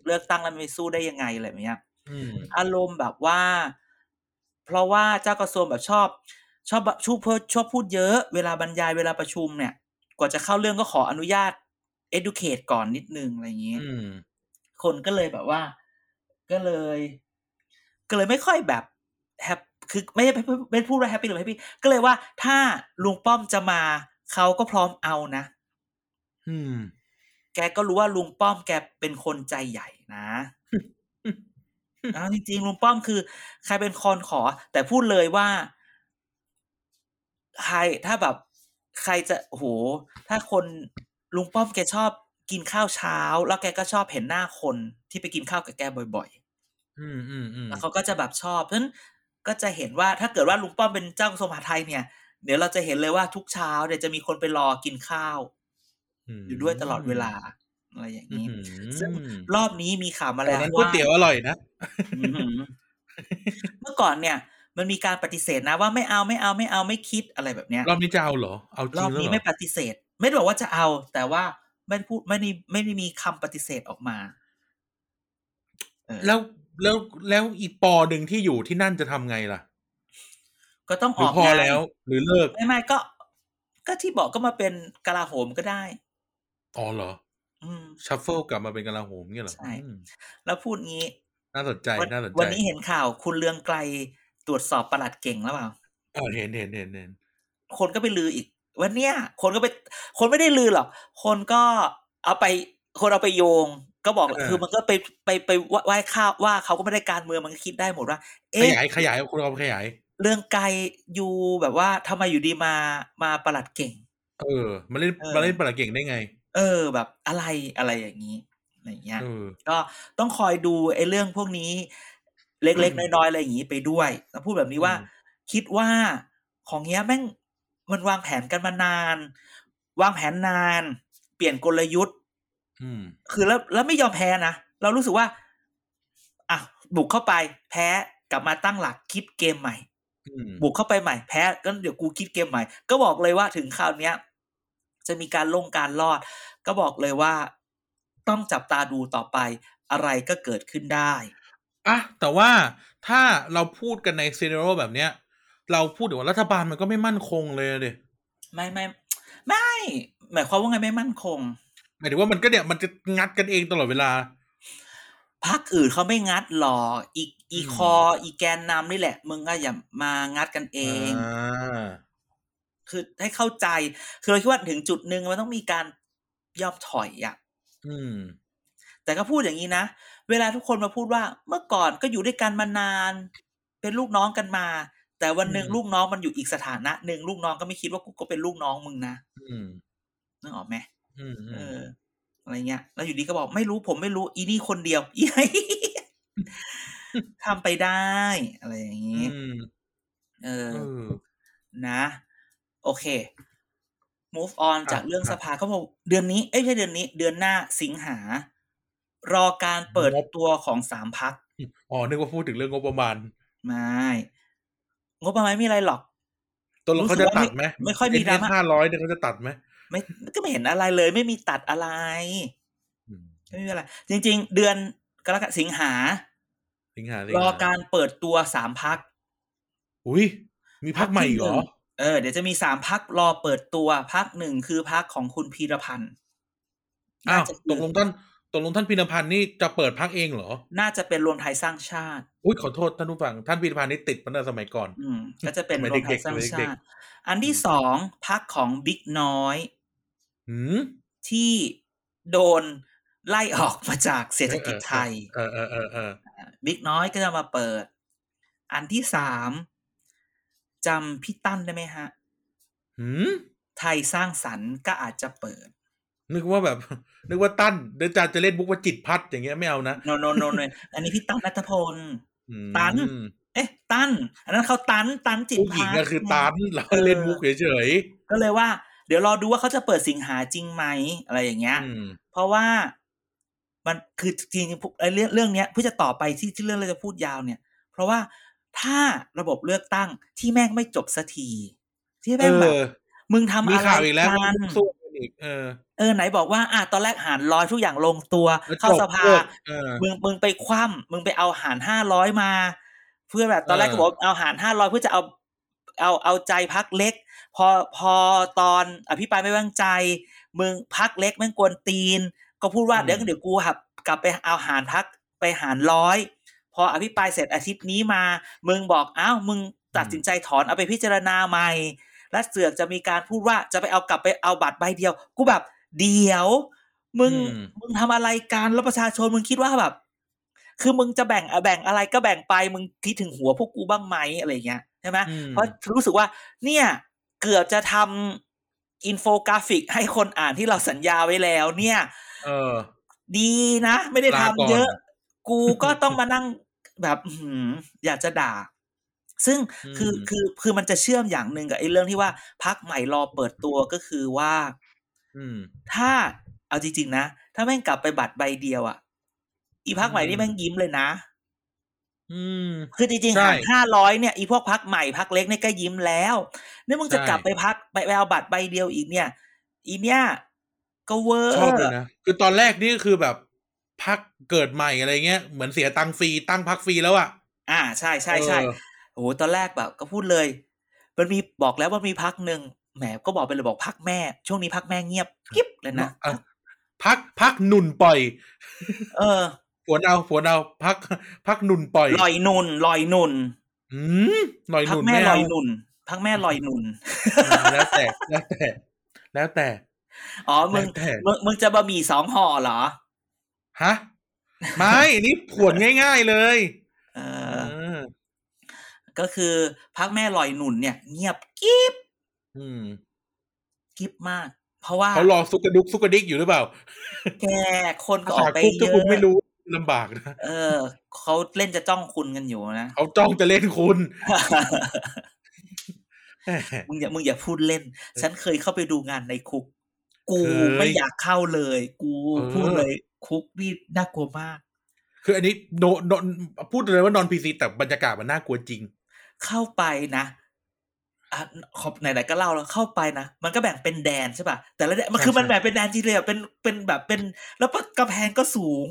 เลือกตั้งแล้วไม่สู้ได้ยังไงอะไรแบบเนี้ย
อืม
อารมณ์แบบว่า เพราะว่าเจ้ากระทรวงแบบชอบ ชอบชอบพูดชอบพูดเยอะ เวลาบรรยายเวลาประชุมเนี่ย กว่าจะเข้าเรื่องก็ขออนุญาต educate ก่อนนิดนึงอะไรอย่างนี้
อืม
คนก็เลยแบบว่า ก็เลย ก็เลยไม่ค่อยแบบแฮปคือไม่ได้ไม่พูดว่าแฮปปี้หรือไม่แฮปปี้ก็เลยว่าถ้าลุงป้อมจะมาเขาก็พร้อมเอานะ
อืม
แกก็รู้ว่าลุงป้อมแกเป็นคนใจใหญ่นะ
อื ม
นะจริงๆลุงป้อมคือ ใครเป็นคนขอ แต่พูดเลยว่า ใครถ้าแบบ ใครจะโอ้โหถ้าคนลุงป้อมแกชอบกินข้าวเช้า แล้วแกก็ชอบเห็นหน้าคนที่ไปกินข้าวกับแกบ่อย
อืมอืมอืม
ๆแล้วเขาก็จะแบบชอบเพราะฉะนั้นก็จะเห็นว่าถ้าเกิดว่าลุงป้อมเป็นเจ้ากระทรวงมหาดไทยเนี่ยเดี๋ยวเราจะเห็นเลยว่าทุกเช้าเดี๋ยวจะมีคนไปรอกินข้าว
ม
อยู่ด้วยตลอดเวลาอะไรอย่างนี้
อืม
ซึ่ง รอบนี้มีข่าวมา
แต่
แล้ว
นั้นก๋วย
ว่า
เตี๋ยวอร่อยนะ
อื้อหือ เมื่อก่อนเนี่ย มันมีการปฏิเสธนะว่าไม่เอาไม่เอาไม่เอาไม่คิดอะไรแบบเนี้ย
รอบนี้จะเอาเหรอ เอาจ
ร
ริ
อง บ
แล้ว
นี้
เหร
ไม่
อ
ปฏิเสธ ไม่ได้บอกว่าจะเอา แต่ว่าไม่ได้พูดไม่ได้ไม่ได้มีคำปฏิเสธออกมาเออ
แล้วแล้วแล้วอีปอหนึ่งที่อยู่ที่นั่นจะทำไงล่ะ
ก็ต้อง
ห
อ
รือ
อ
พอง
กาน
แล้วหรือเลิก
ไม่ไม่ก็ ก็ที่บอกก็มาเป็นกลาโหมก็ได้
อ๋อเหรอ
อืม
ชัฟเฟิลกลับมาเป็นกลาโหมเงี้ยเหรอ
ใช่
อืม
แล้วพูดงี้
น่าสนใจ
วัน
น่าสนใจ
วันนี้เห็นข่าว คุณเลืองไกลตรวจสอบประหลัดเก่งแล้วเปล่า
เออเห็นเห็นเห็นเห็น
คนก็ไปลืออีกว่าเนี่ย คนก็ไป คนไม่ได้ลือหรอก คนก็เอาไป คนเอาไปโยง ก็บอกแหละคือมันก็ไปไปไปว่าว่าข้าวว่าเขาก็ไม่ได้การเมืองมันก็คิดได้หมดว่า
ข
เอ๊ะ
ยายขยายคุณเอาขยาย
เรื่องไกลอยู่แบบว่าทำไมอยู่ดีมามาประหลัดเก่ง
เออ มาเล่น
เออ
มาเล่นปลาเก่งได้ไง
เออแบบอะไรอะไรอย่างนี้อะไรอย่างเงี้ย
เออ
ก็ต้องคอยดูไอ้เรื่องพวกนี้ เล็กๆน้อยๆอะไรอย่างนี้ไปด้วยแล้วพูดแบบนี้ว่า
อืม
คิดว่าของเงี้ยแม่ง มันวางแผนกันมานาน วางแผนนาน เปลี่ยนกลยุทธ์
อืม
คือแล้วแล้วไม่ยอมแพ้นะ เรารู้สึกว่า อ่ะ บุกเข้าไป แพ้กลับมาตั้งหลักคิดเกมใหม่
อืม
บุกเข้าไปใหม่แพ้ก็เดี๋ยวกูคิดเกมใหม่ ก็บอกเลยว่าถึงคราวเนี้ย จะมีการลงการรอด ก็บอกเลยว่าต้องจับตาดูต่อไป อะไรก็เกิดขึ้นได้
อ่ะแต่ว่าถ้าเราพูดกันในซีเนโรแบบเนี้ย เราพูดถึงว่ารัฐบาลมันก็ไม่มั่นคงเลยเดย
ไม่ไม่ไม่ หมายความว่าไงไม่มั่นคง
หมายถึงว่ามันก็เนี่ยมันจะงัดกันเองตลอดเวลา
พักอื่นเขาไม่งัดหรอกอีอี
อืม
คอ อีแกนนำนี่แหละ มึงก็อย่ามางัดกันเอง
อา
คือให้เข้าใจ คือเราคิดว่าถึงจุดหนึ่งมันต้องมีการยอมถอยอ่ะ
อืม
แต่ก็พูดอย่างนี้นะ เวลาทุกคนมาพูดว่าเมื่อก่อนก็อยู่ด้วยกันมานาน เป็นลูกน้องกันมา แต่วันหนึ่ง
อืม
ลูกน้องมันอยู่อีกสถานะหนึ่งลูกน้องก็ไม่คิดว่ากูก็เป็นลูกน้องมึงนะ
อืม
นึกออกไหม
อืมอื
เอ
ม
อ อะไรเงี้ย แล้วอยู่ดีก็บอกไม่รู้ผมไม่รู้ อีนี่คนเดียว อี ทำไปได้ อะไรอย่าง
อื
นี้
ม
เออ
เออ
นะ โอเค move on
อ่ะ
จากเรื่อง
ครับ
สภาเขาบอกเดือนนี้เอ้ยไม่ใช่เดือนนี้ เดือนหน้าสิงหา รอการเปิดตัวของสามพัก
อ๋อนึกว่าพูดถึงเรื่องงบประมาณ
ไม่งบประมาณไม่มีอะไรหรอก
ตัวเราเขาจะตัดไหม
ไม่ค่อยมีดราม่า
ห้าร้อยเนี่ยเขาจะตัดไหม
ไม่ก็ไม่เห็นอะไรเลย ไม่มีตัดอะไร
อืม
ไม่มีอะไร จริง ๆ เดือนกรกฎาสิงหา
สิงหาสิง
ร
ห
อการเปิดตัวสามพัก
อุ้ยมีพักใหม่อีกเหรอ
เออเดี๋ยวจะมีสามพักรอเปิดตัวพักหนึ่งคือพักของคุณพีรพันธ์
อ้าว
น่จะ
ตกลงท่านตกลงท่านพินพันธ์นี่จะเปิดพักเองเหรอ
น่าจะเป็นรวมไทยสร้างชาติ
อุ้ยขอโทษท่านผู้ฟังท่านพินพันธ์นี่ติดมาตั้งแต่สมัยก่อน
อืม ก็จะเป็น
ส
ร
มัยว
มไท
เด็
ย
กๆ
สร้าง
สมัยเด็
ชาก ติ อันที่สองพักของบิ๊กน้อย
หืม
ที่โดนไล่ออกมาจากเศรษฐกิจไทย
เออเออเออเออ
บิ๊กน้อยก็จะมาเปิด อันที่สามจำพี่ตั้นได้ไหมฮะ
หืม
ไทยสร้างสรรค์ก็อาจจะเปิด
นึกว่าแบบ นึกว่าตั้นเดี๋ยวจะจะเล่นบุ๊กว่าจิตพัดอย่างเงี้ยไม่เอานะ
โนโนโนโนอันนี้พี่ตั้นนัทพล
อืม
ตั้น เอ๊ะ ตั้น อันนั้นเขาตั้นตั้นจิต
ผู้หญิง
พั
ก็
ฒน์
คือ
ไง
ตั้นแล้วก็เล่นบุ๊กเฉย
ก็เลยว่า เดี๋ยวรอดูว่าเขาจะเปิดสิงหาจริงไหมอะไรอย่างเงี้
ๆ
ย
อืม
เพราะว่ามันคือจริงๆพวกไอ้เรื่องเรื่องเนี้ยเพื่อจะต่อไปที่ที่เรื่องเราจะพูดยาวเนี่ย เพราะว่าถ้าระบบเลือกตั้งที่แม่งไม่จบสักที ที่
เอ
แม่งแบบ
อ
มึงทำ
มี
อะไร
ข่าวอีกแล้ว
กัน
ว่าสู้กันอีกเออ
เออไหนบอกว่า อ่ะตอนแรกหารร้อยทุกอย่างลงตัว
แล้วจบ
เข้าสภา
เลิกเออ
มึงมึงไปคว่ำมึงไปเอาหารห้าร้อยมา เพื่อแบบตอนแรก
เออ
ก็บอกเอาหารห้าร้อยเพื่อจะเอาเอาเอาใจพักเล็ก พอพอตอนอภิปรายไม่ไว้วางใจ มึงพักเล็กแม่งกวนตีน ก็พูดว่าเดี๋ยวเดี๋ยวกูหับกลับไปเอาหารพักไปหารร้อยพออภิปรายเสร็จอาทิตย์นี้มา มึงบอกอ้าวมึงตัดสินใจถอนเอาไปพิจารณาใหม่ และเสือกจะมีการพูดว่าจะไปเอากลับไปเอาบัตรใบเดียว กูแบบเดี๋ยว มึง
อืม
มึงทำอะไรกันแล้วประชาชนมึงคิดว่าแบบ คือมึงจะแบ่งอะแบ่งอะไรก็แบ่งไปมึงคิดถึงหัวพวกกูบ้างไหมอะไรอย่างเงี้ยใช่ไหม
อืม
เพราะรู้สึกว่า เนี่ย เกือบจะทำอินโฟกราฟิกให้คนอ่านที่เราสัญญาไว้แล้ว เนี่ย
เออ
ดีนะ ไม่ได้ทำ
ลาก่อน
เยอะ กูก็ต้องมานั่ง แบบอื้อหืออยากจะด่า ซึ่งคือ
ม
คือคือมันจะเชื่อมอย่างหนึ่งกับไอ้เรื่องที่ว่าพักใหม่รอเปิดตัวก็คือว่า
ม
ถ้าเอาจริงๆนะ ถ้าแม่งกลับไปบัตรใบเดียวอ่ะ อีพักใหม่
อืม
นี่แม่งยิ้มเลยนะ
อืม
คือจริงๆ
ใช่
หารห้าร้อยเนี่ยอีพวกพักใหม่พักเล็กเนี่ยก็ยิ้มแล้วนี่มึงจะ
ใช่
กลับไปพักไปไปเอาบัตรใบเดียวอีกเนี่ย อีเนี่ยก็เวอร์
ชอบเลยนะคือตอนแรกนี่คือแบบพักเกิดใหม่อะไรเงี้ยเหมือนเสียตังค์ฟรีตั้งพักฟรีแล้วอ่ะ
อ่าใช่ใช่ใช่
เออ
โอ้โหตอนแรกแบบก็พูดเลย มันมีบอกแล้วว่ามีพักหนึ่งแหมก็บอกไปเลยบอกพักแม่ ช่วงนี้พักแม่เงียบกิ๊บเลยนะ
อ่พักพักหนุนปล่อย
เออ
ผวนเอาผวนเอาพัก พักหนุนปล่อย
ลอยนุนลอยนุน
อืมหน่อยห
พั
นุน
แม่
ไม่
ล
เอา
อยนุนพักแม่ลอยนุน
แล้วแต่แล้วแต่ แล้วแต่
อ๋อมึ
แล้
ง
วแต่
มึงมึงจะบะหมี่สองห่อเหรอ
ฮะไม่นี่ผวนง่าย ๆเลย
เอ
เออ
อก็คือพักแม่ลอยหนุนเนี่ย เงียบกิ๊บ
อืม
กิฟมาก เพราะว่า
เขารอซุกกระดุกซุกกระดิกอยู่หรือเปล่า
แกคนก็
ภา
ออ
ษาก
ไป
คุก
เย
ถ้า
อะ
คุณไม่รู้ลำบากนะ
เออ เขาเล่นจะจ้องคุณกันอยู่นะ
เขาจ้องจะเล่นคุณ
มึงอย่ามึงอย่าพูดเล่น ฉันเคยเข้าไปดูงานในคุก กู
เคย
ไม่อยากเข้าเลย กู
เออ
พูดเลย คุกนี่น่ากลัวมาก
คืออันนี้โดโดพูดเลยว่านอนพีซีแต่บรรยากาศมันน่ากลัวจริง
เข้าไปนะอ่ะขอบไหนๆก็เล่าแล้วเข้าไปนะมันก็แบ่งเป็นแดนใช่ป่ะแต่ละแดนมัน
ใช่
คือมัน
ใช่
แบ่งเป็นแดนจริงเลยอ่ะเป็นเป็นแบบเป็น แล้วก็กำแพงก็สูง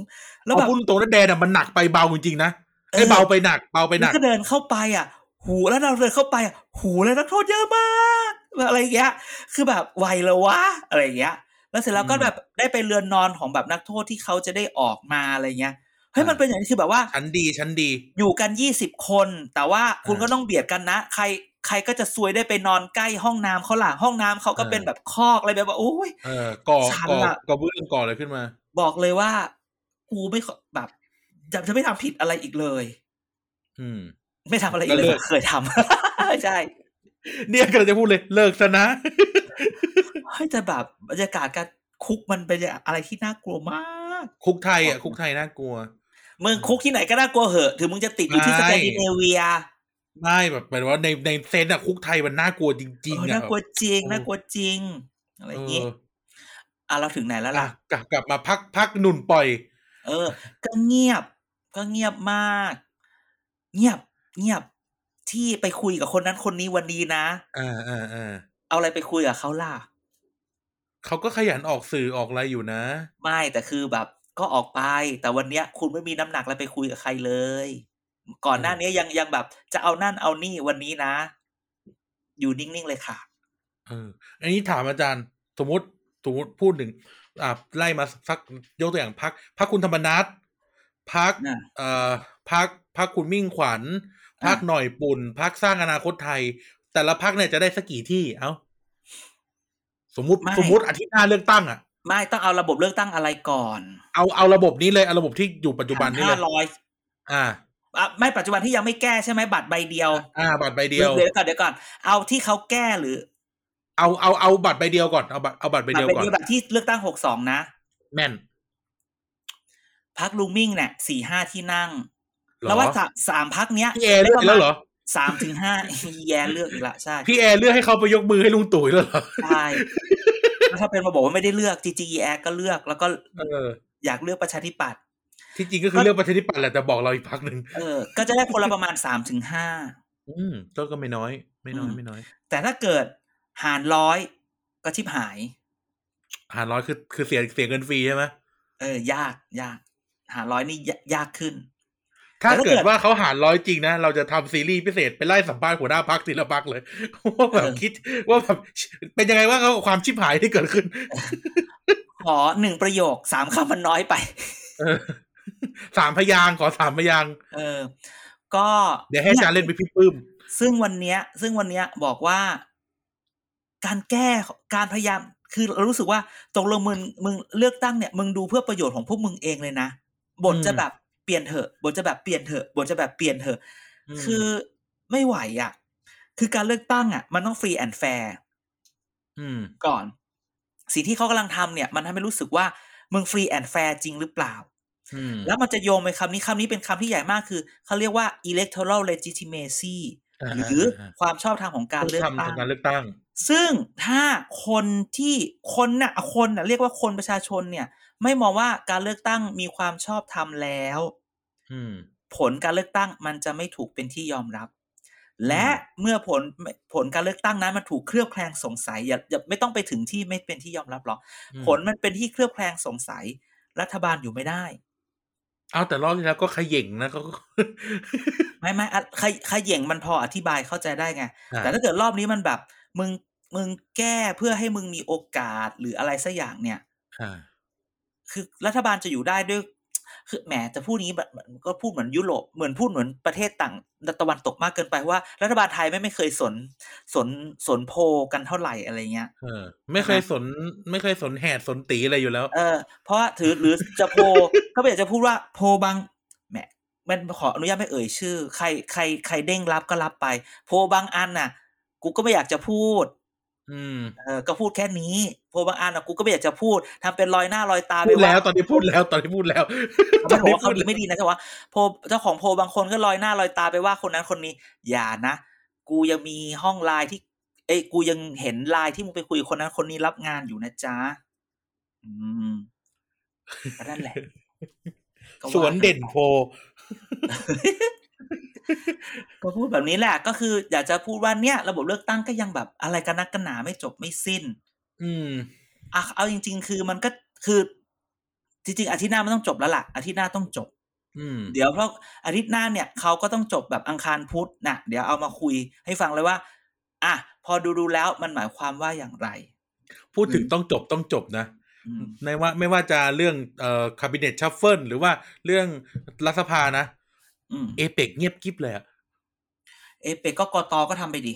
แล้วแบ
เอา
บ
พูดตรงๆนะแดนอะมันหนักไปเบาจริงๆนะไอ้ย
เออ
เบาไปหนักเบาไปห
แล้
นั
ว
ก
ก็เดินเข้าไปอ่ะ หูแล้วเราเดินเข้าไปอ่ะหูแล้วนักโทษเยอะมากแบบอะไรอย่างเงี้ย คือแบบไวแล้ววะอะไรอย่างเงี้ย แล้วเสร็จแล้วก็
อืม
แบบได้ไปเรือนนอนของแบบนักโทษที่เขาจะได้ออกมาอะไรเงี้ยเฮ้ย
อ่ามั
มันเป็นอย่างนี้คือแบบว่า
ชั้นดีชั้นดี
อยู่กันยี่สิบคน แต่ว่าคุณ
อ่า
ก็ต้องเบียดกันนะ ใครใครก็จะซวยได้ไปนอนใกล้ห้องน้ำเขาล่ะห้องน้ำเขาก็
อ่า
เป็นแบบคอกอะไรแบบว่าโอ้ย
เออก่อ
ชั้น
ก่อ
อะ
ก่อเบื้องก่ออะไรขึ้นมา
บอกเลยว่า กูไม่ขอแบบจะจะไม่ทำผิดอะไรอีกเลย
อืม
ไม่ทำอะไรอีกเล
แล้วเลิ
ย
ก
เคยทำ ใช่
เนี่ยกำลังจะพูดเลยเลิกซะนะ
เฮ้ยแต่แบบบรรยากาศการคุกมันเป็นอะไรที่น่ากลัวมาก
คุกไทยอ่ะคุกไทยน่ากลัว
เมืองคุกที่ไหนก็น่ากลัวเหอะถึงมึงจะติดอยู่ที่ส
ใช่
แกนดิเนเวีย
ไม่แบบหมายถึงว่าในในเซนส์อะคุกไทยมันน่ากลัวจริง
เออ
ๆอะ
น่ากลัวจริงน่ากลัวจริง อะไร
เอ
อย่าง
อ
งี้อ่ะเราถึงไหนแล้ว
อ่ะ
ล่ะ
กลับกลับมาพักพักหนุ่นปล่อย
เออ ก็เงียบ ก็เงียบมาก เงียบ เงียบ ที่ไปคุยกับคนนั้นคนนี้วันนี้นะ
อ่าอ่าอ่า
เอาอะไรไปคุยกับเขาล่ะ
เขาก็ขยันออกสื่อออกอะไรอยู่นะ
ไม่แต่คือแบบ ก็ออกไป แต่วันเนี้ย คุณไม่มีน้ำหนักอะไรไปคุยกับใครเลย ก่อนหน้านี้ยังยังแบบ จะเอานั่นเอานี่วันนี้นะ อยู่นิ่งๆเลยค่ะ
เออ อันนี้ถามอาจารย์ สมมติสมมติพูดถึงอ่าไล่มาสักยกตัวอย่างพักพักคุณธรรมนัทพัก
อ่ะ
เอ่อพักพักคุณมิ่งขวัญพัก
อ่ะ
หน่อยปุ่นพักสร้างอนาคตไทย แต่ละพักเนี่ยจะได้สักกี่ที่เอ้าสมมติ
ไม่
สมมติอาทิตย์หน้าเลือกตั้งอ่ะ
ไม่ต้องเอาระบบเลือกตั้งอะไรก่อน
เอาเอาระบบนี้เลยเอาระบบที่อยู่ปัจจุบันนี่
ห้า
เลย
ร้อย
อ่า
อ่ะไม่ปัจจุบันที่ยังไม่แก้ใช่ไหมบัตรใบเดียว
อ่า บัตรใบเดียว
เดี๋ยวก่อนเดี๋ยวก่อนเอาที่เขาแก้หรือ
เอาเอาเอาบัตรใบเดียวก่อนเอาบัตรเอาบัตรใบ
บัต
เดี
ร
ยว
ใบ
ก่อน
เดียวแบบที่เลือกตั้งหกสองนะ
แม่น
พักลูมิ่งเนี่ยสี่ห้าที่นั่ง
เหรอ
แล้วว่าสามสามพักเนี้ย
พี่แอร์เลือกแล้วเหรอ
สามถึงห้า แย่เลือกอีกละใช่
พี่แอร์เลือกให้เขาไปยกมือให้ลุงตู่แล้วเหรอ
ใช่แล้วถ้าเป็นมาบอกว่าไม่ได้เลือก GGER ก็เลือกแล้วก็
เออ
อยากเลือกประชาธิปัตย์
ที่จริงก็คือเลือกประชาธิปัตย์แหละแต่บอกเราอีกพักหนึ่ง
เออ ก็จะได้คนละประมาณสามถึงห้า
อืมก็ก็ไม่น้อย ไม่น้อย
อืม
ไม่น้อย
แต่ถ้าเกิดหารร้อยก็ชิบหาย
หารร้อยคือคือเสียเสียเงินฟรีใช่ไหม
เออยากยาก หารร้อยนี่ยากยากขึ้น
ถ้า
แล้วถ้าเกิ
เกิ
ด
ดว่าเขาหารร้อยจริงนะ เราจะทำซีรีส์พิเศษไปไล่สัมภาษณ์หัวหน้าพักทีละพักเลย ว่าแบบคิดว่าแบบเป็นยังไงว่างเขากับความชิบหายที่เกิดขึ้น
ขอหนึ่งประโยคสามคำมันน้อยไป
เออสามพยางค์ขอสามพยางค์
เออ ก็
เดี๋ยวให้อาจารย์เล่นไปพี่ปื้ม
ซึ่งวันเนี้ย ซึ่งวันเนี้ยบอกว่า การแก้การพยายามคือเรารู้สึกว่าตกลงมึงมึงเลือกตั้งเนี่ยมึงดูเพื่อประโยชน์ของพวกมึงเองเลยนะบท
อืม
จะแบบเปลี่ยนเถอะบทจะแบบเปลี่ยนเถอะบทจะแบบเปลี่ยนเถอะ คือไม่ไหวอ่ะ คือการเลือกตั้งอ่ะ มันต้องฟรีแอนด์แฟร์
อืม
ก่อน สิ่งที่เขากำลังทำเนี่ย มันทำให้รู้สึกว่า มึงฟรีแอนด์แฟร์จริงหรือเปล่า
อืม
แล้วมันจะโยงไปคำนี้คำนี้เป็นคำที่ใหญ่มากคือ เขาเรียกว่า electoral legitimacy
า
หรือความชอบธรรมของการเลือก
ทำ
ตั้ง
ทำการเลือกตั้ง
ซึ่งถ้าคนที่คนน่ะคนน่ะเรียกว่าคนประชาชนเนี่ย ไม่มองว่าการเลือกตั้งมีความชอบธรรมแล้ว
อืม
ผลการเลือกตั้งมันจะไม่ถูกเป็นที่ยอมรับ และเมื่อผลผลการเลือกตั้งนั้นมันถูกเคลือบแคลงสงสัยอย่าอย่าไม่ต้องไปถึงที่ไม่เป็นที่ยอมรับหรอก
อืม
ผลมันเป็นที่เคลือบแคลงสงสัย รัฐบาลอยู่ไม่ได้
เอาแต่รอบที่แล้วก็เขย่งนะเขาก็
ไม่ไม่อะขยขยเย่งมันพออธิบายเข้าใจได้ไง
อ่า
แต่ถ้าเกิดรอบนี้มันแบบ มึงมึงแก้เพื่อให้มึงมีโอกาสหรืออะไรสักอย่างเนี่ย
อ่า
คือรัฐบาลจะอยู่ได้ด้วย คือแหมจะพูดนี้แบบมันก็พูดเหมือนยุโรปเหมือนพูดเหมือนประเทศต่างตะวันตกมากเกินไปว่า รัฐบาลไทยไม่ไม่เคยสนสนสนโพลกันเท่าไหร่อะไรเงี้ย
เออไม่เคยสนไม่เคยสนแหดสนตีอะไรอยู่แล้ว
เออ เพราะว่าถือหรือจะโพล ก็ไม่อยากจะพูดว่าโพลบางแหมมันขออนุญาตไม่เอ่ยชื่อ ใครใครใครเด้งรับก็รับไป โพลบางอันน่ะ กูก็ไม่อยากจะพูด
อืม
เออก็พูดแค่นี้โพลบางอันน่ะกูก็ไม่อยากจะพูดทำเป็นลอยหน้าลอยตาไป
พูด
ว่า
แล้วตอนนี้พูดแล้วตอนนี้พูดแล้ว
ไม่ได้บอกว่าเขาดีไม่ดีนะแต่ว่าโพลเจ้าของโพลบางคนก็ลอยหน้าลอยตาไปว่าคนนั้นคนนี้ อย่านะ กูยังมีห้องไลน์ที่ เอ้ยกูยังเห็นไลน์ที่มึงไปคุยกับคนนั้นคนนี้รับงานอยู่นะจ๊ะอืมก็นั่นแหละก็า
สวนเด่นโพ
ก็พูดแบบนี้แหละ ก็คือ อยากจะพูดว่าเนี่ย ระบบเลือกตั้งก็ยังแบบอะไรกันนักกันหนาไม่จบไม่สิ้น
อืม
อ่ะเอาจริง ๆ คือมันก็คือจริงๆอาทิตย์หน้ามันต้องจบแล้วล่ะอาทิตย์หน้าต้องจบ
อืม
เดี๋ยวเพราะอาทิตย์หน้าเนี่ยเขาก็ต้องจบแบบอังคารพุธนะเดี๋ยวเอามาคุยให้ฟังเลยว่า อ่ะพอดูดูๆแล้วมันหมายความว่าอย่างไร
พูดถึงต้องจบต้องจบนะ
อืม
ในว่าไม่ว่าจะเรื่องเอ่อคาบิเนตชัฟเฟิลหรือว่าเรื่องรัฐสภานะ
อืม
เอเปกเงียบกิ๊บเลยอะ
เอเปกก็กตก็ทำไปดิ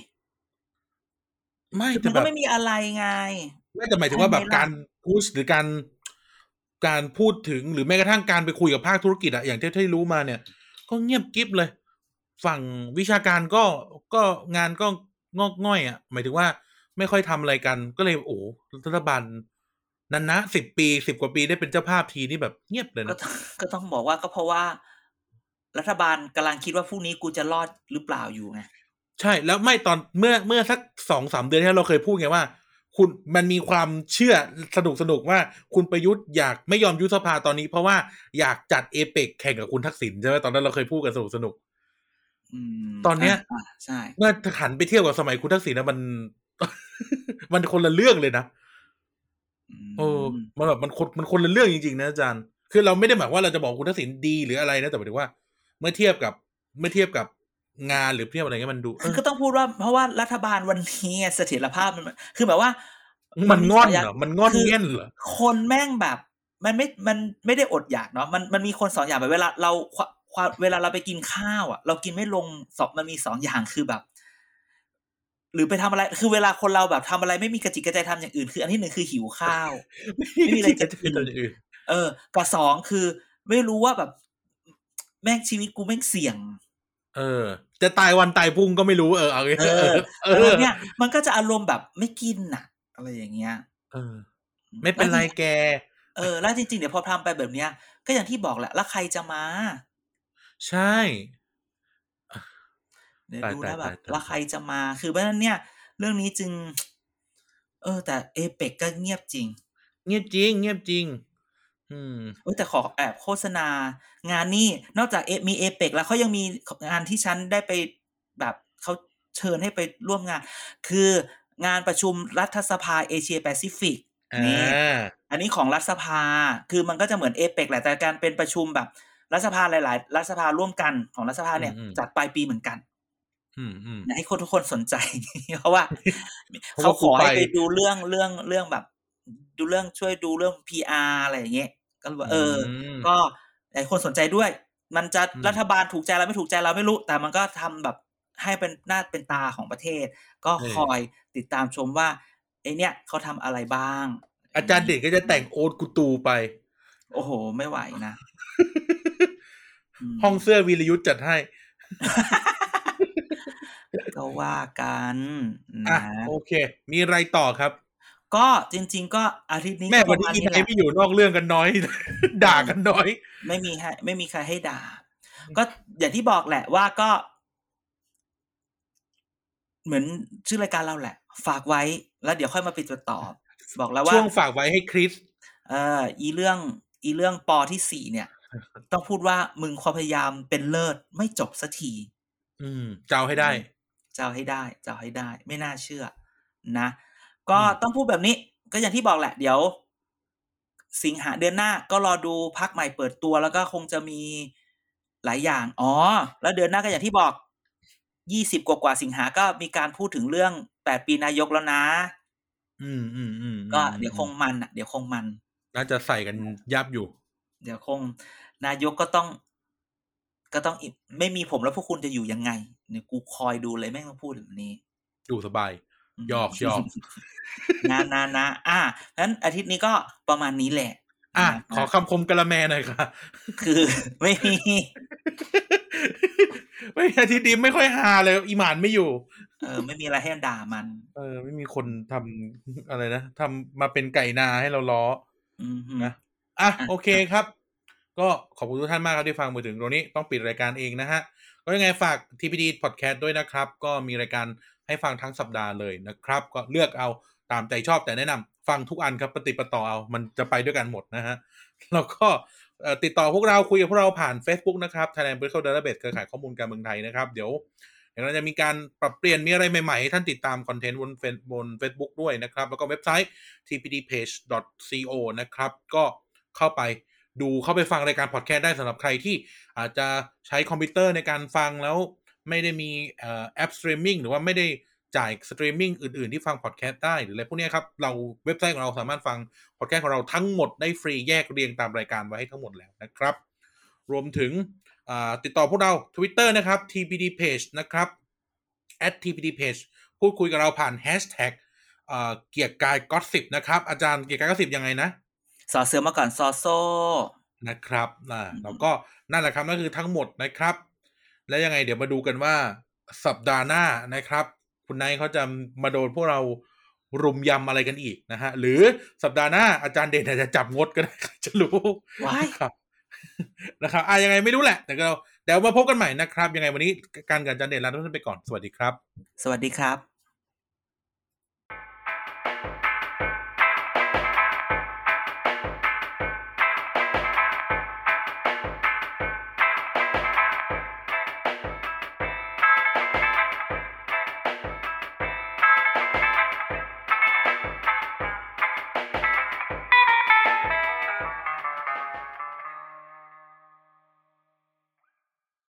ไม่
คือ
แต่
มัน
แบบ
ก็ไม่มีอะไรไง
ไม่แต่หมายถึงว่าแบบ
ใช่ไหมล่ะ
การพูดหรือการการพูดถึงหรือแม้กระทั่งการไปคุยกับภาคธุรกิจอะอย่างที่ที่รู้มาเนี่ย ก็เงียบกิ๊บเลย ฝั่งวิชาการก็ก็งานก็งอกง่อยอะหมายถึงว่าไม่ค่อยทำอะไรกัน ก็เลยโอ้โหรัฐบาลนันนะสิบปีสิบกว่าปีได้เป็นเจ้าภาพทีนี่แบบเงียบเลย
ก็
นะ
ต้องก็ต้องบอกว่าก็เพราะว่า รัฐบาลกำลังคิดว่าพรุ่งนี้กูจะรอดหรือเปล่าอยู่ไง
ใช่แล้วไม่ตอนเมื่อเมื่อสักสองสามเดือนที่แล้วเราเคยพูดไงว่า คุณมันมีความเชื่อสนุกสนุกๆว่าคุณประยุทธ์อยากไม่ยอมยุบสภาตอนนี้ เพราะว่าอยากจัดเอเปกแข่งกับคุณทักษิณใช่ไหมตอนนั้นเราเคยพูดกันสนุกสนุก
อืม
ตอนเนี้ย
ะอ่ะใช่
ๆเมื่อหันไปเทียบกับสมัยคุณทักษิณนะ มัน มันคนละเรื่องเลยนะ โอ้มันแบบมันคนมันคนละเรื่องจริงๆนะอาจารย์ คือเราไม่ได้หมายว่าเราจะบอกคุณทักษิณดีหรืออะไรนะ แต่หมายถึงว่า เมื่อเทียบกับเมื่อเทียบกับงานหรือเทียบอะไรเงี้ยมันดูเอ
คือ
อ
ก็ต้องพูดว่าเพราะว่ารัฐบาลวันนี้ไงเสถียรภาพมันคือแบบว่า มั
มันงอนเหรอ มันงอนเงี้ยนเหรอ
คนแม่งแบบ มันไม่มันไม่ได้อดอยากเนาะมันมันมีคนสองอย่างแบบเวลาเราควความเวลาเราไปกินข้าวอ่ะ เรากินไม่ลงสองมันมีสองอย่างคือแบบ หรือไปทำอะไรคือเวลาคนเราแบบทำอะไรไม่มีกระจิกกระใจทำอย่างอื่นคืออันที่หนึ่งคือหิวข้าว ไม่มีอะไรจะกิน
อื่น
เออกับสองคือ ไม่รู้ว่าแบบ แม่งชีวิตกูแม่งเสี่ยง
เออ จะตายวันตายพรุ่งก็ไม่รู้เออเอางี้
เออ
เอ
เอ
อ
อเนี่ยมันก็จะอารมณ์แบบไม่กินน่ะ อะไรอย่างเงี้ย
เออ ไม่เป็นไรแก
เออแล้วจริงๆเดี๋ยวพอทำไปแบบเนี้ย ก็อย่างที่บอกแหละแล้วใครจะมา
ใช่
เดี๋ยว
ตาย
ดูนะ
ตาย
แบบ
ตาย
แล้วใครจะมาคือเพราะฉะนั้นเนี่ย เรื่องนี้จึง เออ แต่เอเปกก็เงียบจริง
เงียบจริง เงียบจริง อืม
เอยแต่ขอแอบโฆษณา งานนี่นอกจากเอมีเอเปกแล้วเขายังมีงานที่ฉันได้ไปแบบเขาเชิญให้ไปร่วมงาน คืองานประชุมรัฐสภาเอเชียแปซิฟิก
อ่
นี่
า
อันนี้ของรัฐสภา คือมันก็จะเหมือนเอเปกแหละ แต่การเป็นประชุมแบบรัฐสภาหลาย ๆ รัฐสภาร่วมกันของรัฐสภาเนี่ย
อืมอืม
จัดปลายปีเหมือนกัน
อืมอืม
นะให้คนทุกคนสนใจ เพ ราะว่า
เพ
เขา
ราะว่า
ขอให้
ครูไป
ไปดูเรื่องเรื่องเรื่องแบบ ดูเรื่องช่วยดูเรื่อง PR อะไรอย่างเงี้ยก็เลยว่าเอออ
ม
ก็หลายคนสนใจด้วย มันจะ
อืม
รัฐบาลถูกใจเราไม่ถูกใจเราไม่รู้ แต่มันก็ทำแบบให้เป็นหน้าเป็นตาของประเทศ ก็คอยติดตามชมว่าไอเนี่ยเขาทำอะไรบ้าง
อาจารย์เด็กก็จะแต่งโอ๊ตกูตูไป
โอ้โห ไม่ไหวนะม
ห้องเสื้อวีรยุทธ์จัดให้
ก็ว่ากัน
อ่ะ
นะ
โอเค มีอะไรต่อครับ
ก็จริง ๆ ก็อาทิตย์นี้
แม่
ก็
วัน
ป
นี้อีไน
ระาณแหละ
ไม่อยู่นอกเรื่องกันน้อย ด่ากันน้อย
ไม่มีให้ไม่มีใครให้ด่า ก็อย่างที่บอกแหละว่าก็ เหมือนชื่อรายการเราแหละ ฝากไว้แล้วเดี๋ยวค่อยมาปิดตัวตอบ บอกแล้วว่า
ช่วงฝากไว้ให้คริส
เอออีเรื่อง อีเรื่องปอที่สี่เนี่ย ต้องพูดว่ามึงความพยายามเป็นเลิศไม่จบสักที
อืมจะเอาให้ได้
จะเอาให้ได้จะเอาให้ได้ ไม่น่าเชื่อ นะ ก็
อืม
ต้องพูดแบบนี้ ก็อย่างที่บอกแหละ เดี๋ยว สิงหาเดือนหน้าก็รอดูพักใหม่เปิดตัวแล้วก็คงจะมีหลายอย่าง อ๋อ แล้วเดือนหน้าก็อย่างที่บอกยี่สิบกว่ากว่าๆสิงหาก็มีการพูดถึงเรื่องแปดปีนายกแล้วนะ
อืมอืมอืม
ก็เดี๋ยวคงมันอ่ะเดี๋ยวคงมัน
น่าจะใส่กันยับอยู่
เดี๋ยวคง นายกก็ต้อง ก็ต้องอิไม่มีผมแล้วพวกคุณจะอยู่ยังไงเนี่ยกูคอยดูเลยแม่งต้องพูดแบบนี้
ดูสบาย หยอกหยอก
นะนะนะอ่ะนั้นอาทิตย์นี้ก็ประมาณนี้แหละ
อ่ะ
น
ขอคำคมกะละแมหน่อยค่ะ
คือ ไม่มี
ไม่อาทิตย์นี้ไม่ค่อยฮาเลย อีหมานไม่อยู่
เออ ไม่มีอะไรให้ด่ามัน
เออ ไม่มีคนทำอะไรนะทำมาเป็นไก่นาให้เราล้อ
อืมฮึ
นะ อ่ะ
ะ
โอเคครับ ก็ขอบคุณทุกท่านมากครับที่ฟังมาถึงตรงนี้ต้องปิดรายการเองนะฮะ ก็ยังไงฝาก TPD Podcast ด้วยนะครับ ก็มีรายการให้ฟังทั้งสัปดาห์เลยนะครับ ก็เลือกเอาตามใจชอบแต่แนะนำฟังทุกอันครับปฏิดปะต่อเอามันจะไปด้วยกันหมดนะฮะ แล้วก็เอ่อติดต่อพวกเราคุยกับพวกเราผ่าน Facebook นะครับ Thailand Political Database เครือข่ายข้อมูลการเมืองไทยนะครับ เดี๋ยวเดี๋ยวเราจะมีการปรับเปลี่ยนมีอะไรใหม่ๆให้ท่านติดตามคอนเทนต์บน Face- บน Facebook ด้วยนะครับ แล้วก็เว็บไซต์ tpdpage.co นะครับ ก็เข้าไปดูเข้าไปฟังรายการพอดแคสต์ได้สำหรับใครที่อาจจะใช้คอมพิวเตอร์ในการฟังแล้วไม่ได้มีเอ่อแอปสตรีมมิ่งหรือว่าไม่ได้จ่ายสตรีมมิ่งอื่นๆที่ฟังพอดแคสต์ได้หรืออะไรพวกเนี้ยครับ เราเว็บไซต์ของเราสามารถฟัง พอดแคสต์ของเราทั้งหมดได้ฟรีแยกเรียงตามรายการไว้ให้ทั้งหมดแล้วนะครับ รวมถึงอ่าติดต่อพวกเรา Twitter นะครับ TPD Page นะครับ @TPD Page พูดคุยกับเราผ่านแฮชแท็กเกียรติกายก็สิบนะครับ อาจารย์เกียรติกายก็สิบยังไงนะ
สอเสือมาก่อนซอโซ
นะครับอ่า
อืม
แล้วก็นั่นแหละครับนั่นคือทั้งหมดนะครับ แล้วยังไงเดี๋ยวมาดูกันว่าสัปดาห์หน้านะครับ คุณไนายเขาจะมาโดนพวกเรารุมยำอะไรกันอีกนะฮะ หรือสัปดาห์หน้าอาจารย์เด่นอาจจะจับ งดก็ได้ใครจะรู้
ว้าย
นะครับ นะครับอ่ะยังไงไม่รู้แหละ แต่ก็เดี๋ยวมาพบกันใหม่นะครับ ยังไงวันนี้การกับอาจารย์เด่นลาทุกท่านไปก่อนสวัสดีครับ
สวัสดีครับ